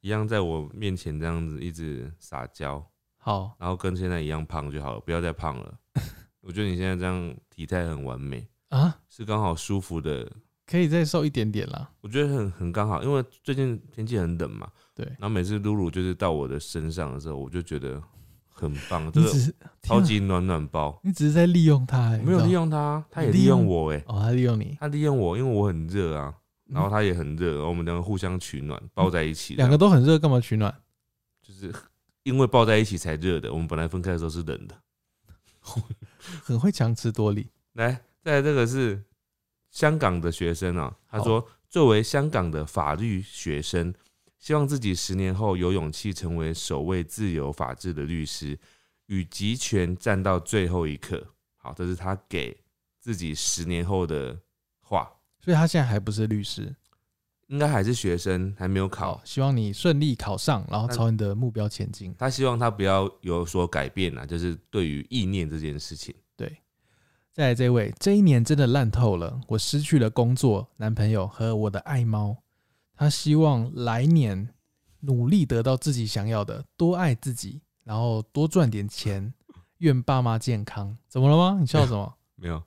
S2: 一样在我面前这样子一直撒娇，
S3: 好，
S2: 然后跟现在一样胖就好了，不要再胖了。 我觉得你现在这样体态很完美，
S3: 啊，
S2: 是刚好舒服的，
S3: 可以再瘦一点点啦。
S2: 我觉得很很刚好，因为最近天气很冷嘛。
S3: 对
S2: 然后每次露露就是到我的身上的时候，我就觉得很棒，这
S3: 你
S2: 个
S3: 只是
S2: 超，
S3: 天
S2: 级暖暖包
S3: 啊。你只是在利用他、欸，
S2: 没有
S3: 你
S2: 利
S3: 知道
S2: 用他，他也
S3: 利
S2: 利用
S3: 用
S2: 我哎，
S3: 哦，他利用你，
S2: 他利用我，因为我很热啊，然后他也很热，然后我们两个互相取暖，抱在一起这
S3: 嗯两
S2: 样。
S3: 个都很热，干嘛取暖？
S2: 就是因为抱在一起才热的，我们本来分开的时候是冷的。
S3: 很会强词夺理，
S2: 来，再来这个是香港的学生啊，他说作为香港的法律学生，希望自己十年后有勇气成为守卫自由法治的律师，与集权站到最后一刻。好，这是他给自己十年后的话，
S3: 所以他现在还不是律师。
S2: 应该还是学生，还没有考
S3: 好。希望你顺利考上，然后朝你的目标前进。
S2: 他希望他不要有所改变啊，就是对于意念这件事情。
S3: 再来这位，这一年真的烂透了，我失去了工作、男朋友和我的爱猫。他希望来年努力得到自己想要的，多爱自己，然后多赚点钱，愿爸妈健康。怎么了吗？你笑什 么？
S2: 没有，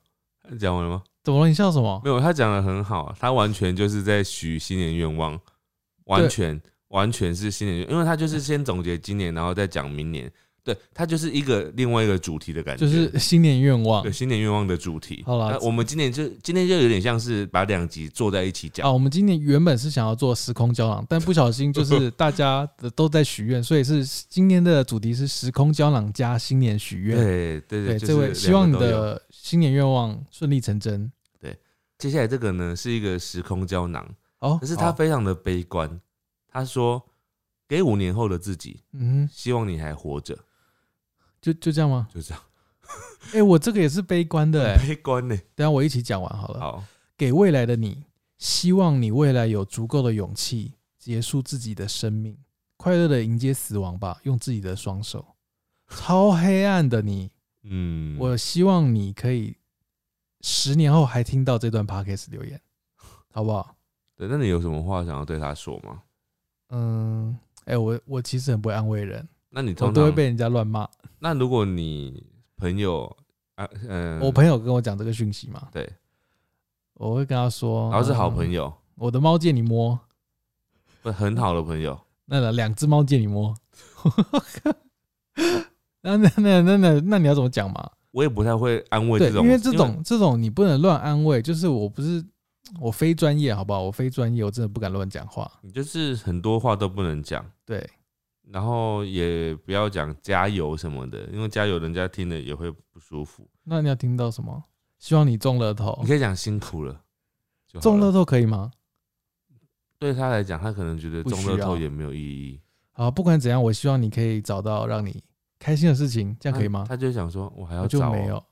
S2: 讲完了吗？
S3: 怎么了？你笑什么？
S2: 没有，他讲的很好，他完全就是在许新年愿望，完全完全是新年愿，因为他就是先总结今年，然后再讲明年，对他就是一个另外一个主题的感觉，
S3: 就是新年愿望
S2: 对新年愿望的主题。
S3: 好啦
S2: 那我们今年就今天就有点像是把两集坐在一起讲，
S3: 啊！我们今年原本是想要做时空胶囊，但不小心就是大家的都在许愿，所以是今天的主题是时空胶囊加新年许愿。
S2: 对对
S3: 对，
S2: 就是
S3: 这位，希望你
S2: 两个都有
S3: 的新年愿望顺利成真。
S2: 接下来这个呢是一个时空胶囊，
S3: 哦，
S2: 可是他
S3: 好，
S2: 非常的悲观，他说给五年后的自己，
S3: 嗯哼，
S2: 希望你还活着，
S3: 就就这样吗？
S2: 就这样，
S3: 哎、我这个也是悲观的哎、
S2: 悲观 呢、
S3: 等一下我一起讲完好了。
S2: 好，
S3: 给未来的你，希望你未来有足够的勇气结束自己的生命，快乐的迎接死亡吧，用自己的双手。超黑暗的你，
S2: 嗯，
S3: 我希望你可以十年后还听到这段 podcast 留言，好不好？
S2: 对，那你有什么话想要对他说吗？
S3: 嗯，哎、我我其实很不会安慰人，
S2: 那你
S3: 我
S2: 通
S3: 都会
S2: 常
S3: 被人家乱骂。
S2: 那如果你朋友啊，嗯、
S3: 我朋友跟我讲这个讯息嘛，
S2: 对，
S3: 我会跟他说，
S2: 然后是好朋
S3: 嗯，
S2: 友，
S3: 我的猫借你摸，
S2: 不很好的朋友，
S3: 那两只猫借你摸， 那那那那那那你要怎么讲嘛？
S2: 我也不太会安慰
S3: 对，
S2: 这种，
S3: 因为这种这种你不能乱安慰，就是我不是我非专业，好不好？我非专业，我真的不敢乱讲话。
S2: 你就是很多话都不能讲，
S3: 对，
S2: 然后也不要讲加油什么的，因为加油人家听了也会不舒服。
S3: 那你要听到什么？希望你中乐透
S2: 你，可以讲辛苦了，就好
S3: 哦中乐
S2: 了
S3: 透可以吗？
S2: 对他来讲，他可能觉得
S3: 不
S2: 中
S3: 需
S2: 乐透
S3: 要
S2: 也没有意义，
S3: 好，不管怎样，我希望你可以找到让你开心的事情，这
S2: 那
S3: 样可以吗？
S2: 他就想说，我还要
S3: 我就
S2: 找哦、
S3: 没有啊、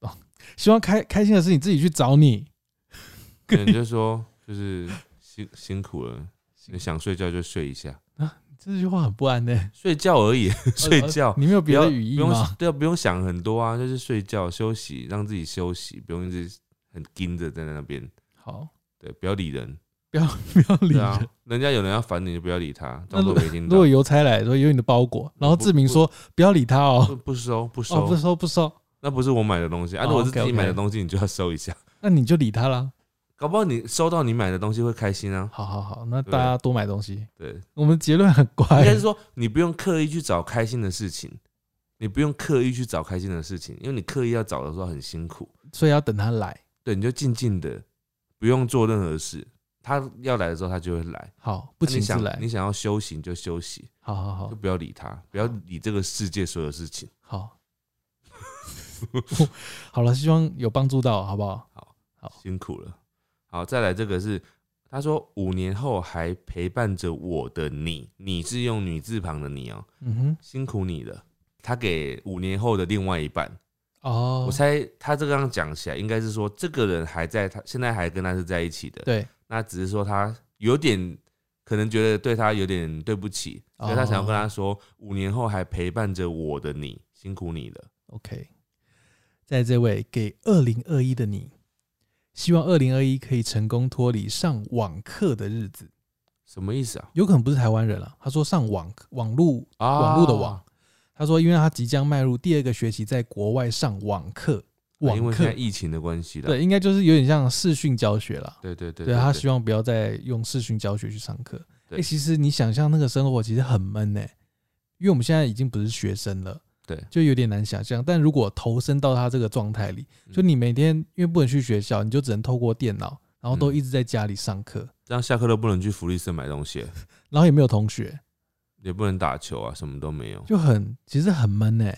S3: 哦希望开开心的事情自己去找你。
S2: 可能就说就是辛辛苦了，你想睡觉就睡一下。
S3: 啊，这句话很不安呢、
S2: 睡觉而已， 睡觉。
S3: 你没有
S2: 不
S3: 呃别
S2: 要
S3: 的
S2: 不
S3: 语义
S2: 用
S3: 吗？
S2: 对啊，不用想很多啊，就是睡觉休息，让自己休息，不用一直很盯着在那边。
S3: 好，
S2: 对，不要理人。
S3: 不要不要理
S2: 对
S3: 人。
S2: 啊，人家有人要烦你，就不要理他，
S3: 那
S2: 当
S3: 如
S2: 做没听
S3: 如
S2: 到
S3: 果。邮差来说有你的包裹，然后志明说不要理他
S2: 不
S3: 哦，
S2: 不收不
S3: 哦
S2: 收
S3: 不，收不收，
S2: 那不是我买的东西啊。
S3: 哦
S2: 如果是自己
S3: OK，OK
S2: 买的东西，你就要收一下。
S3: 那你就理他啦。
S2: 搞不好你收到你买的东西会开心啊。
S3: 好好好，那
S2: 对
S3: 大家多买东西。
S2: 对，应
S3: 我们结论很乖，
S2: 该是说你不用刻意去找开心的事情，你不用刻意去找开心的事情，因为你刻意要找的时候很辛苦。
S3: 所以要等他来。
S2: 对，你就静静的，不用做任何事。他要来的时候，他就会来。
S3: 好，不
S2: 那你
S3: 请自
S2: 想
S3: 来
S2: 你。想要休息你就休息，
S3: 好好好
S2: 就不要理他，不要理这个世界所有事情。
S3: 好， 好了，希望有帮助到，好不好？好
S2: 辛苦了。好，再来这个是他说五年后还陪伴着我的你，你是用女字旁的你哦、
S3: 嗯
S2: 辛苦你了。他给五年后的另外一半，
S3: 哼，哦，
S2: 我猜他这样讲起来，应该是说这个人还在他现在还跟他是在一起的，
S3: 对，
S2: 那只是说他有点可能觉得对他有点对不起，
S3: 哦
S2: 所以他想要跟他说，五年后还陪伴着我的你，辛苦你了。
S3: OK，在这位给二零二一的你，希望二零二一可以成功脱离上网课的日子。
S2: 什么意思啊？
S3: 有可能不是台湾人了、他说上网网络
S2: 啊
S3: 网络的网，，他说因为他即将迈入第二个学期在国外上网课，
S2: 啊因
S3: 网
S2: 为现
S3: 课
S2: 在疫情啊的关系了。
S3: 对，应该就是有点像视讯教学啦。
S2: 对对对
S3: 对他希望不要再用视讯教学去上课。哎、
S2: 对
S3: 其实你想象那个生活其实很闷呢、因为我们现在已经不是学生了，
S2: 对
S3: 就有点难想象。但如果投身到他这个状态里，
S2: 嗯
S3: 就你每天因为不能去学校，你就只能透过电脑，然后都
S2: 嗯
S3: 一直在家里上课，
S2: 这样下课都不能去福利社买东西，
S3: 然后也没有同学，
S2: 也不能打球啊，什么都没有，
S3: 就很其实很闷呢、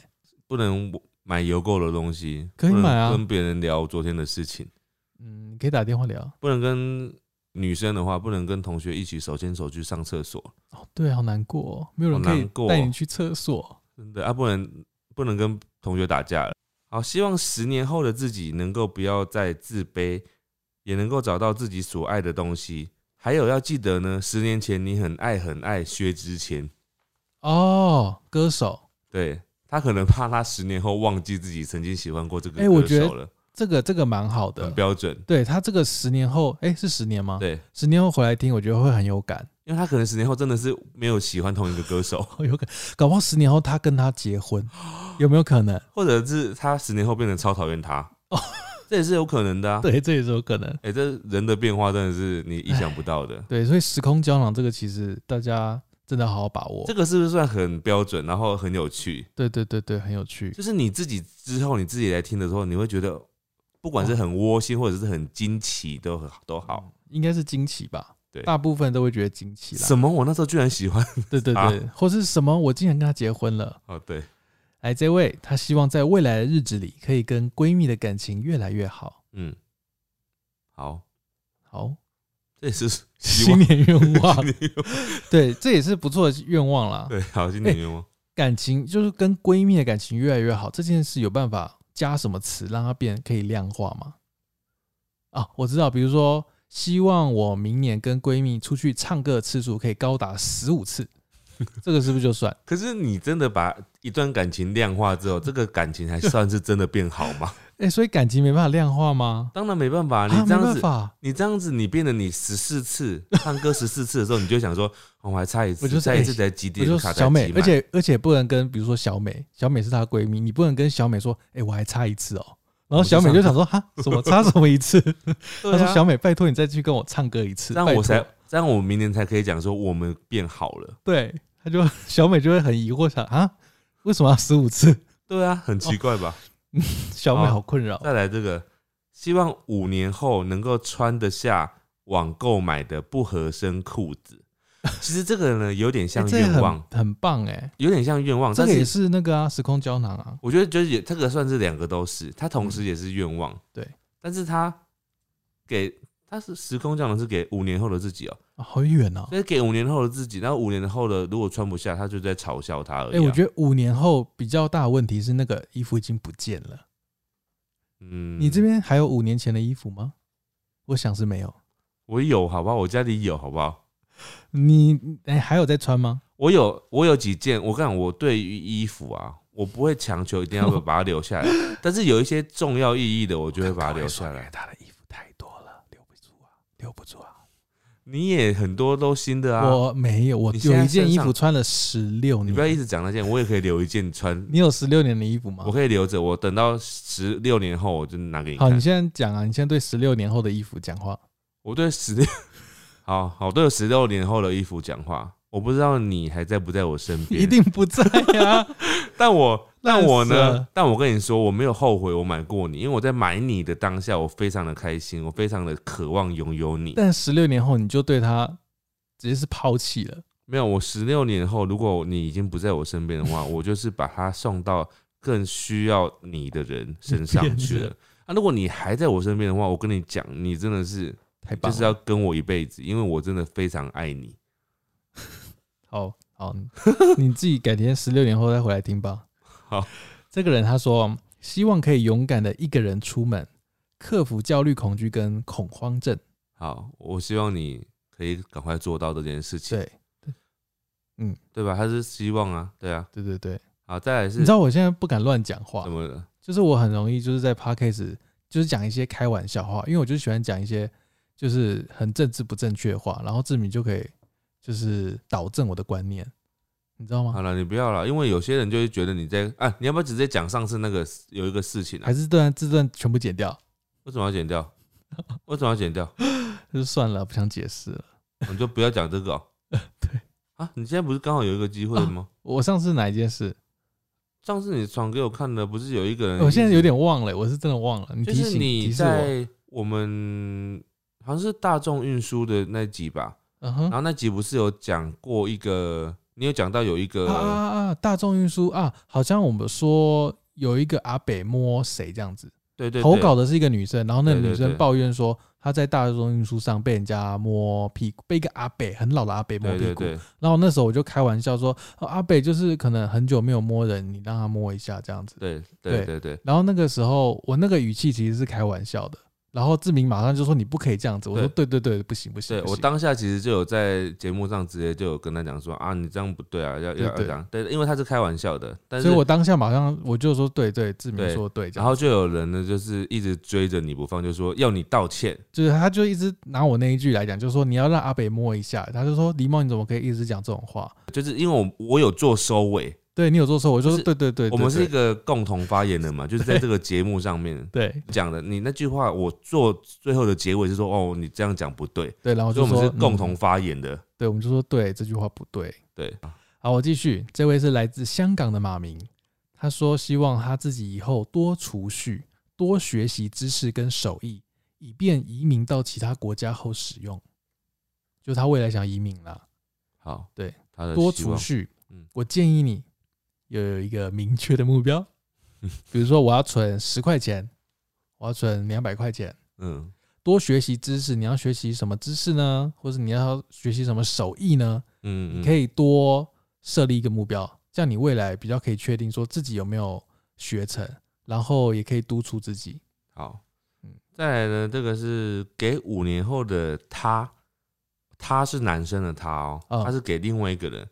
S2: 不能买邮购的东西，
S3: 可以
S2: 不能
S3: 买啊
S2: 跟别人聊昨天的事情，
S3: 嗯，可以打电话聊。
S2: 不能跟女生的话，不能跟同学一起手牵手去上厕所，
S3: 哦，对，好难过、哦，没有人
S2: 好
S3: 可
S2: 难
S3: 以
S2: 过
S3: 带
S2: 哦
S3: 你去厕所。
S2: 真的啊，不能不能跟同学打架了。好，希望十年后的自己能够不要再自卑，也能够找到自己所爱的东西。还有要记得呢，十年前你很爱很爱薛之谦，
S3: 哦，歌手，
S2: 对他可能怕他十年后忘记自己曾经喜欢过这个
S3: 哎我
S2: 歌
S3: 觉得
S2: 手了，
S3: 这个这个蛮好的
S2: 很。标准。
S3: 对他这个十年后，哎、是十年吗？，
S2: 对，
S3: 十年后回来听，我觉得会很有感。
S2: 因为他可能十年后真的是没有喜欢同一个歌手，
S3: 哦，有可能，搞不好十年后他跟他结婚，有没有可能？
S2: 或者是他十年后变得超讨厌他，
S3: 哦
S2: 这也是有可能的、啊。
S3: 对，这也是有可能。
S2: 哎、这人的变化真的是你意想不到的。
S3: 对，所以时空胶囊这个其实大家真的好好把握
S2: 这。个是不是算很标准，然后很有趣？
S3: 对对对对，很有趣。
S2: 就是你自己之后你自己来听的时候，你会觉得不
S3: 哦
S2: 管是很窝心或者是很惊奇都很都好。
S3: 应该是惊奇吧？
S2: 对
S3: 大部分都会觉得惊奇啦。
S2: 什么？我那时候居然喜欢
S3: 对对对，或是什么？我竟然跟他结婚了。
S2: 哦，对，
S3: 哎，这位她希望在未来的日子里，可以跟闺蜜的感情越来越好。
S2: 嗯，好，
S3: 好，
S2: 这也是希
S3: 新
S2: 望。，
S3: 年愿望
S2: 新年
S3: 对，这也是不错的愿望啦。
S2: 对，好，新年
S3: 哎
S2: 愿望。
S3: 感情就是跟闺蜜的感情越来越好，这件事有办法加什么词让它变可以量化吗？啊，我知道，比如说，希望我明年跟闺蜜出去唱歌的次数可以高达十五 次，这个是不是就算？
S2: 可是你真的把一段感情量化之后，这个感情还算是真的变好吗？
S3: 哎、所以感情没办法量化吗？
S2: 当然没办法，你
S3: 啊，
S2: 这
S3: 没
S2: 样
S3: 办
S2: 子，
S3: 法，
S2: 你这样子，你变得你十四次唱歌十四次的时候，你就想说， 哦我还差一次，
S3: 我就是
S2: 再一次才
S3: 哎
S2: 几
S3: 我
S2: 点
S3: 就
S2: 卡
S3: 小
S2: 在
S3: 美
S2: 几，
S3: 而
S2: 满，
S3: 且而且不能跟，比如说小美，小美是她的闺蜜，你不能跟小美说，哎、我还差一次哦。然后小美就想说，哈，什么差什么一次？
S2: 对
S3: 她说
S2: 啊，
S3: 小美，拜托你再去跟我唱歌一次，
S2: 这样
S3: 拜
S2: 我
S3: 托
S2: 才这样我明年才可以讲说我们变好了。
S3: 对，他就 小美就会很疑惑想啊，为什么要十五次？
S2: 对啊，很奇怪吧？
S3: 小美
S2: 哦
S3: 好困扰。哎
S2: 再来这个，希望五年后能够穿得下网购买的不合身裤子。其实这个呢，有点
S3: 哎
S2: 像
S3: 这个
S2: 愿
S3: 很
S2: 望，
S3: 很棒哎，
S2: 有点像愿望，
S3: 这
S2: 但
S3: 个也
S2: 是
S3: 是那个啊，时空胶囊啊，
S2: 我觉得就是也这个算是两个都是，它同
S1: 嗯
S2: 时也是愿望、
S3: 对，
S2: 但是它给它是时空胶囊是给五年后的自己哦、
S3: 啊好远哦。
S2: 所以给五年后的自己，然后五年后的如果穿不下，他就在嘲笑他而已、啊。
S3: 哎，我觉得五年后比较大的问题是那个衣服已经不见了。
S2: 嗯
S3: 你这边还有五年前的衣服吗？我想是没有。
S2: 我有好不好？我家里有好不好？
S3: 你哎还有在穿吗？
S2: 我有我有几件，我看我对于衣服啊，我不会强求一定要把它留下来， 但是有一些重要意义的，我就会把它留下来。
S1: 他的衣服太多了，留不住啊，留不住啊。
S2: 你也很多都新的啊，
S3: 我没有，我
S2: 你现在
S3: 有一件
S2: 身
S3: 衣
S2: 上
S3: 服穿了十六
S2: 你不要
S3: 年。
S2: 一直讲那件，我也可以留一件 穿，
S3: 你有十六年的衣服吗
S2: 我？可以留着，我等到十六年后我就拿给你
S3: 好，
S2: 看
S3: 你。现在讲啊，你现在对十六年后的衣服讲话。
S2: 我对十六，好好对十六年后的衣服讲话，我不知道你还在不在我身边，
S3: 一定不在啊呀、
S2: 但我但我
S3: 烂死了
S2: 呢？但我跟你说，我没有后悔我买过你，因为我在买你的当下，我非常的开心，我非常的渴望拥有你。
S3: 但十六年后你就对他直接是抛弃了，
S2: 没有，我十六年后，如果你已经不在我身边的 话，我就是把它送到更需要你的人身上去
S3: 变
S2: 了。啊，如果你还在我身边的话，我跟你讲，你真的是
S3: 太棒啊
S2: 就
S3: 了！
S2: 是要跟我一辈子，因为我真的非常爱你。
S3: 好好， 你自己改天十六年后再回来听吧。
S2: 好，
S3: 这个人他说希望可以勇敢的一个人出门，克服焦虑、恐惧跟恐慌症。
S2: 好，我希望你可以赶快做到这件事情，
S3: 对
S2: 对吧？他是希望啊，对啊。
S3: 对对对，
S2: 好，再来
S3: 你
S2: 是
S3: 知道我现啊在不敢乱讲话
S2: 怎，么了？
S3: 就是我很容易就是在 podcast 就是讲一些开玩笑话，因为我就喜欢讲一些就是很政治不正确的话，然后志明就可以就是导正我的观念，你知道吗
S2: 好？了，你不要了，因为有些人就会觉得你在啊，你要不要直接讲上次那个有一个事情啊
S3: 还？是这段这段全部剪掉，
S2: 为什么要剪掉？为什么要剪掉？
S3: 就算了，不想解释了。
S2: 你就不要讲这个、哦。
S3: 对啊
S2: 啊，你现在不是刚好有一个机会吗？
S3: 我上次哪一件事？
S2: 上次你传给我看的，不是有一个人？
S3: 我现在有，点忘了，我是真的忘了。你
S2: 嗯就
S3: 提
S2: 是
S3: 醒
S2: 你
S3: 提示我，
S2: 在我们好像是大众运输的那集吧，
S3: 嗯
S2: 然
S3: 哼，
S2: 后那集不是有讲过一个，你有讲到有一
S3: 啊啊
S2: 个，
S3: 啊啊！大众运输啊，好像我们说有一个阿北摸谁这样子，
S2: 对对
S3: 投
S2: 对，
S3: 稿的是一个女生，然后那个
S2: 对对
S3: 女生
S2: 对
S3: 抱怨说她在大众运输上被人家摸屁股，被一个阿北很老的阿北摸
S2: 对
S3: 屁
S2: 对
S3: 股。
S2: 对，
S3: 然后那时候我就开玩笑说，哦、阿北就是可能很久没有摸人，你让他摸一下这样子。
S2: 对
S3: 对
S2: 对对对，
S3: 然后那个时候我那个语气其实是开玩笑的，然后志明马上就说你不可以这样子，我说对对对，不行不行，
S2: 对
S3: 不
S2: 我
S3: 行
S2: 当下其实就有在节目上直接就有跟他讲说啊，你这样不对啊，要
S3: 对
S2: 要要
S3: 对
S2: 这样。对，因为他是开玩笑的，但是
S3: 所以我当下马上我就说对对，志明
S2: 对
S3: 说对，这
S2: 然
S3: 样
S2: 后就有人呢，就是一直追着你不放，就说要你道歉。
S3: 就是他就一直拿我那一句来讲，就说你要让阿北摸一下，他就说狸猫你怎么可以一直讲这种话？
S2: 就是因为我我有做收尾，
S3: 对你有做错，我就说
S2: 就是
S3: 对对对，
S2: 我们是
S3: 对
S2: 一个共同发言人嘛，就是在这个节目上 面
S3: 对
S2: 讲的。你那句话，我做最后的结尾是说哦，你这样讲不对，
S3: 对，然后
S2: 所以
S3: 就
S2: 我们
S3: 说
S2: 是共同
S3: 嗯
S2: 发言的。
S3: 对，我们就说对这句话不对。
S2: 对，
S3: 好，我继续，这位是来自香港的马明，他说希望他自己以后多储蓄，多学习知识跟手艺，以便移民到其他国家后使用。就他未来想移民啦，
S2: 好，
S3: 对，
S2: 他的
S3: 多
S2: 呃希
S3: 储
S2: 望
S3: 蓄
S2: 嗯。
S3: 我建议你要有一个明确的 目标，比如说我要存十块钱，我要存两百块钱，
S2: 嗯，
S3: 多学习知识。你要学习什么知识呢？或者你要学习什么手艺呢？
S2: 嗯
S3: 你
S2: 嗯，
S3: 可以多设立一个目标，这样你未来比较可以确定说自己有没有学成，然后也可以督促自己。
S2: 好
S3: 嗯，
S2: 再来呢，这个是给五年后的他，他是男生的他哦，
S3: 嗯
S2: 他是给另外一个人。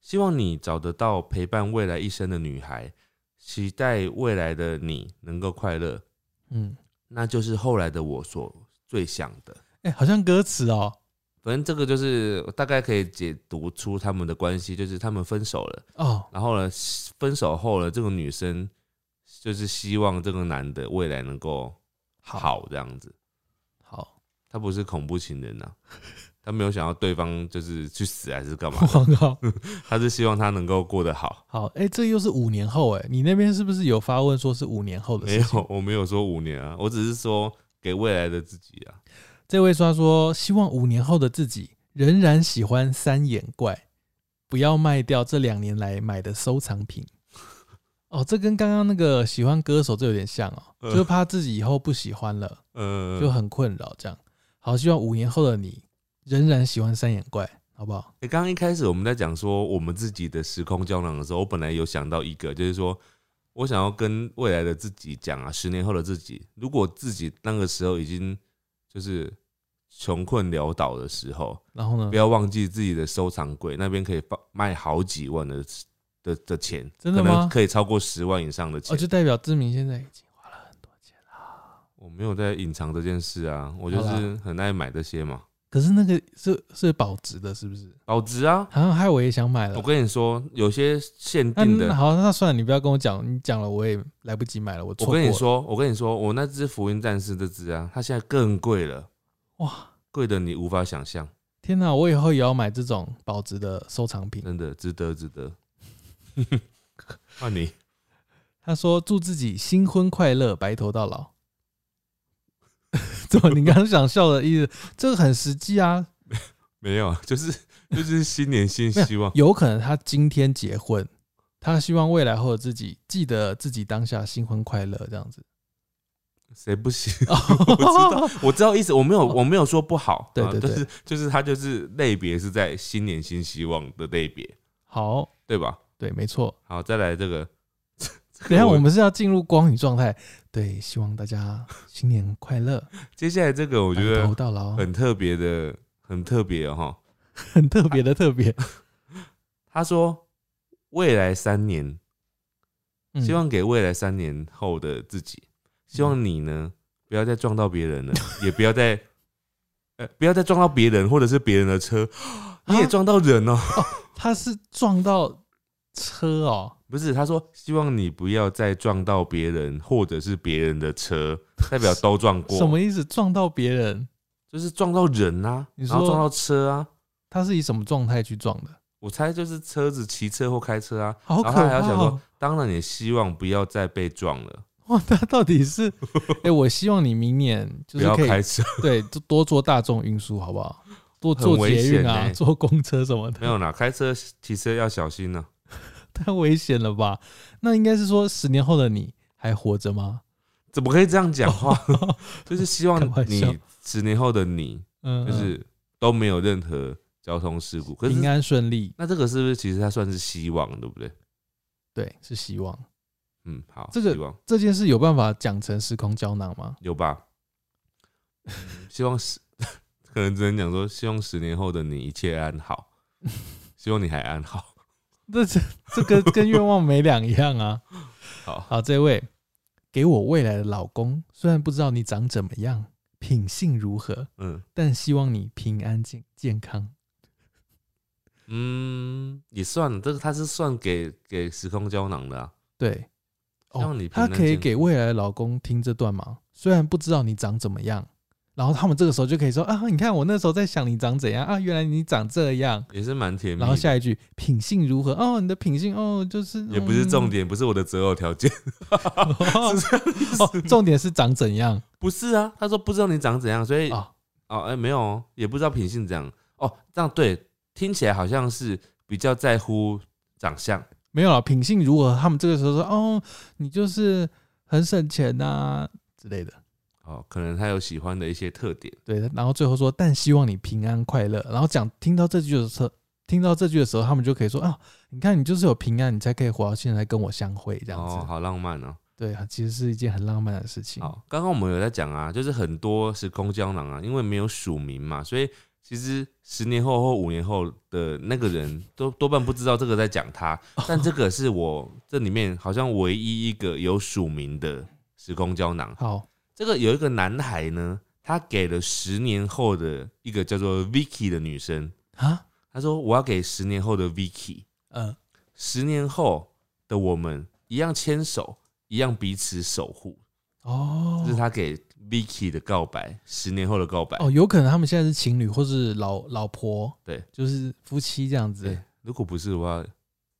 S2: 希望你找得到陪伴未来一生的女孩，期待未来的你能够快乐，
S3: 嗯，
S2: 那就是后来的我所最想的。
S3: 哎、好像歌词哦，
S2: 反正这个就是大概可以解读出他们的关系，就是他们分手了，
S3: 哦，
S2: 然后呢，分手后了，这个女生就是希望这个男的未来能够
S3: 好，
S2: 好这样子。
S3: 好，
S2: 他不是恐怖情人呐、他没有想要对方就是去死还是干嘛的，
S3: 广告
S2: 他是希望他能够过得 好。
S3: 好，哎、这又是五年后，哎，你那边是不是有发问说是五年后的
S2: 没
S3: 事情？
S2: 有，我没有说五年啊，我只是说给未来的自己啊。
S3: 这位说他说希望五年后的自己仍然喜欢三眼怪，不要卖掉这两年来买的收藏 品。哦，这跟刚刚那个喜欢歌手这有点像哦，
S2: 呃
S3: 就是怕自己以后不喜欢了。
S2: 呃，
S3: 就很困扰这样。好，希望五年后的你仍然喜欢三眼怪，好不好？
S2: 诶刚刚一开始我们在讲说我们自己的时空胶囊的时候，我本来有想到一个，就是说我想要跟未来的自己讲啊，十年后的自己，如果自己那个时候已经就是穷困潦倒的时候，
S3: 然后呢
S2: 不？要忘记自己的收藏柜那边可以放卖好几万的的的钱，
S3: 真的吗哦
S2: 可能可以超过十万以上的钱。
S3: 哦，就代表志明现在已经
S2: 我没有在隐藏这件事啊，我就
S3: 好
S2: 是
S3: 啦
S2: 很爱买这些嘛，
S3: 可是那个是是保值的，是不是？
S2: 保值啊。
S3: 好像害我也想买了
S2: 我。跟你说，有些限
S3: 啊那
S2: 定的
S3: 那，好，那算了，你不要跟我讲，你讲了我也来不及买了，我错
S2: 我
S3: 过了
S2: 跟你说，我跟你说，我那只福音战士这只啊，它现在更贵了，
S3: 哇，
S2: 贵的你无法想象，
S3: 天哪，我以后也要买这种保值的收藏品。
S2: 真的值得值得。 换你，
S3: 他说祝自己新婚快乐，白头到老。 怎么？你刚刚想笑的意思？这个很实际啊，
S2: 没有，啊 就是就是新年新希望，
S3: 有可能他今天结婚，他希望未来或者自己记得自己当下新婚快乐这样子。
S2: 谁不行？ 我知道，我知道意思，我没有，我没有说不好，
S3: 哦对
S2: 啊
S3: 对
S2: 但
S3: 对
S2: 是就是它就是类别是在新年新希望的类别，
S3: 好，
S2: 对吧？
S3: 对，没错。
S2: 好，再来这个，这个
S3: 等一下我们是要进入光宇状态，对，希望大家新年快乐，
S2: 接下来这个我
S3: 我
S2: 觉得
S3: 头到老，很
S2: 很特别的，很特别哦哈。
S3: 很特别的特别。
S2: 他说，未来三年，
S3: 嗯
S2: 希望给未来三年后的自己，希望你呢不要再撞到别人了， 也不要再。呃，不要再撞到别人，或者是别人的车，你也
S3: 啊
S2: 撞到人哦、
S3: 他是撞到车哦，
S2: 不是，他说希望你不要再撞到别人或者是别人的 车，代表都撞过，
S3: 什么意思？撞到别人，
S2: 就是撞到人啊，
S3: 你
S2: 然
S3: 说
S2: 后撞到车啊。
S3: 他是以什么状态去撞的？
S2: 我猜就是车子骑车或开车啊，
S3: 好可
S2: 然后他还
S3: 怕、
S2: 要想
S3: 哦
S2: 说！，当然也希望不要再被撞了，
S3: 哇，他到 底是……哎、我希望你明年就
S2: 不
S3: 是
S2: 要
S3: 可以
S2: 开车，
S3: 对，就多做大众运输好不好？多
S2: 很
S3: 坐
S2: 危
S3: 捷运
S2: 险
S3: 啊，
S2: 欸
S3: 坐公车什么的，
S2: 没有啦，开车骑车要小心啊呢、
S3: 太危险了吧？那应该是说，十年后的你还活着吗？
S2: 怎么可以这样讲话？ 就是希望
S3: 哦开玩笑
S2: 你十年后的你，
S3: 嗯，
S2: 就是都没有任何交通事故。可
S3: 嗯
S2: 是
S3: 平安顺利，
S2: 那这个是不是其实它算是希望，对不对？
S3: 对，是希望
S2: 嗯，好，
S3: 这个
S2: 希望
S3: 这件事有办法讲成时空胶囊吗？
S2: 有吧？嗯希望十， 可能只能讲说，希望十年后的你一切安好， 希望你还安好。
S3: 这这这个跟愿望没两样啊！
S2: 好，
S3: 好，这位给我未来的老公，虽然不知道你长怎么样，品性如何，
S2: 嗯
S3: 但希望你平安健健康。
S2: 嗯，也算了，这个它是算给给时空胶囊的啊。
S3: 对，哦
S2: 希望你平
S3: 他
S2: 安
S3: 可以
S2: 健
S3: 给
S2: 康
S3: 未来的老公听这段吗？虽然不知道你长怎么样，然后他们这个时候就可以说啊，你看我那时候在想你长怎样啊，原来你长这样。
S2: 也是蛮甜蜜的。
S3: 然后下一句品性如何？哦，你的品性哦，就是
S2: 也不是重，点，不是我的择偶条件，
S3: 嗯哦，重点是长怎样
S2: 不是啊。他说不知道你长怎样，所以
S3: 啊？
S2: 哦，哎、没有哦，也不知道品性怎样。哦，这样对，听起来好像是比较在乎长相。
S3: 没有了，品性如何？他们这个时候说哦，你就是很省钱呐、之类的。
S2: 哦，可能他有喜欢的一些特点。
S3: 对，然后最后说，但希望你平安快乐。然后讲听到这句的时候，听到这句的时候，他们就可以说啊，你看你就是有平安，你才可以活到现在跟我相会这样子。
S2: 哦，好浪漫哦。
S3: 对啊，其实是一件很浪漫的事情。
S2: 好，刚刚我们有在讲啊，就是很多时空胶囊啊，因为没有署名嘛，所以其实十年后或五年后的那个人都 多半不知道这个在讲他，但这个是我这里面好像唯一一个有署名的时空胶囊。
S3: 好，
S2: 这个有一个男孩呢，他给了十年后的一个叫做 Vicky 的女生，
S3: 啊，
S2: 他说我要给十年后的 Vicky，
S3: 嗯，
S2: 十年后的我们一样牵手，一样彼此守护。
S3: 哦
S2: 这是，他给 Vicky 的告白，十年后的告白。
S3: 哦，有可能他们现在是情侣或是老老婆，
S2: 对，
S3: 就是夫妻这样子
S2: 对。，如果不是的话，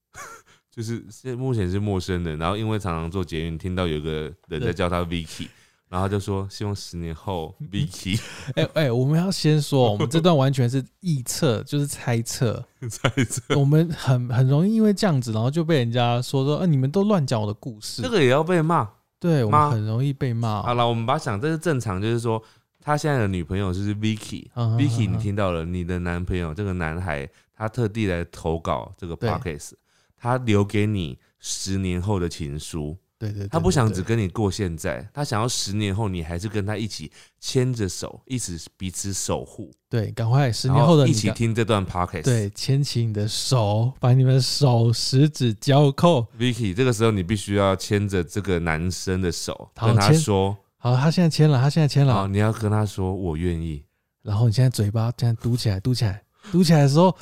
S2: 就是现在目前是陌生人，然后因为常常做捷运，听到有个人在叫他 Vicky，然后他就说希望十年 后 Vicky
S3: 哎哎，我们要先说，我们这段完全是臆测，就是猜测。
S2: 在这，
S3: 我们很很容易因为这样子，然后就被人家说说，啊，你们都乱讲我的故事。
S2: 这个也要被骂。啊
S3: 对我
S2: 妈
S3: 们很容易被骂。
S2: 好了，我们把它想这是正常，就是说他现在的女朋友就是 Vicky。
S3: 嗯
S2: Vicky，你，
S3: 嗯嗯
S2: 听到了，你的男朋友这个男孩，他特地来投稿这个
S3: 对
S2: podcast，他留给你十年后的情书。
S3: 嗯对对对
S2: 他不想
S3: 对
S2: 只跟你过现在，他想要十年后你还是跟他一起牵着手，一起彼此守护，
S3: 对，赶快十
S2: 然
S3: 年
S2: 后
S3: 后的
S2: 一
S3: 你
S2: 起
S3: 赶，
S2: 听这段 podcast。
S3: 对，牵起你的手，把你们的手食指交扣。
S2: Vicky，这个时候你必须要牵着这个男生的手，
S3: 好
S2: 跟他
S3: 牵啊
S2: 说，
S3: 好，他现在签了，他现在签
S2: 好，
S3: 了，
S2: 你要跟他说我愿意。
S3: 然后你现在嘴巴这样嘟起来，嘟起来，嘟起来的时候，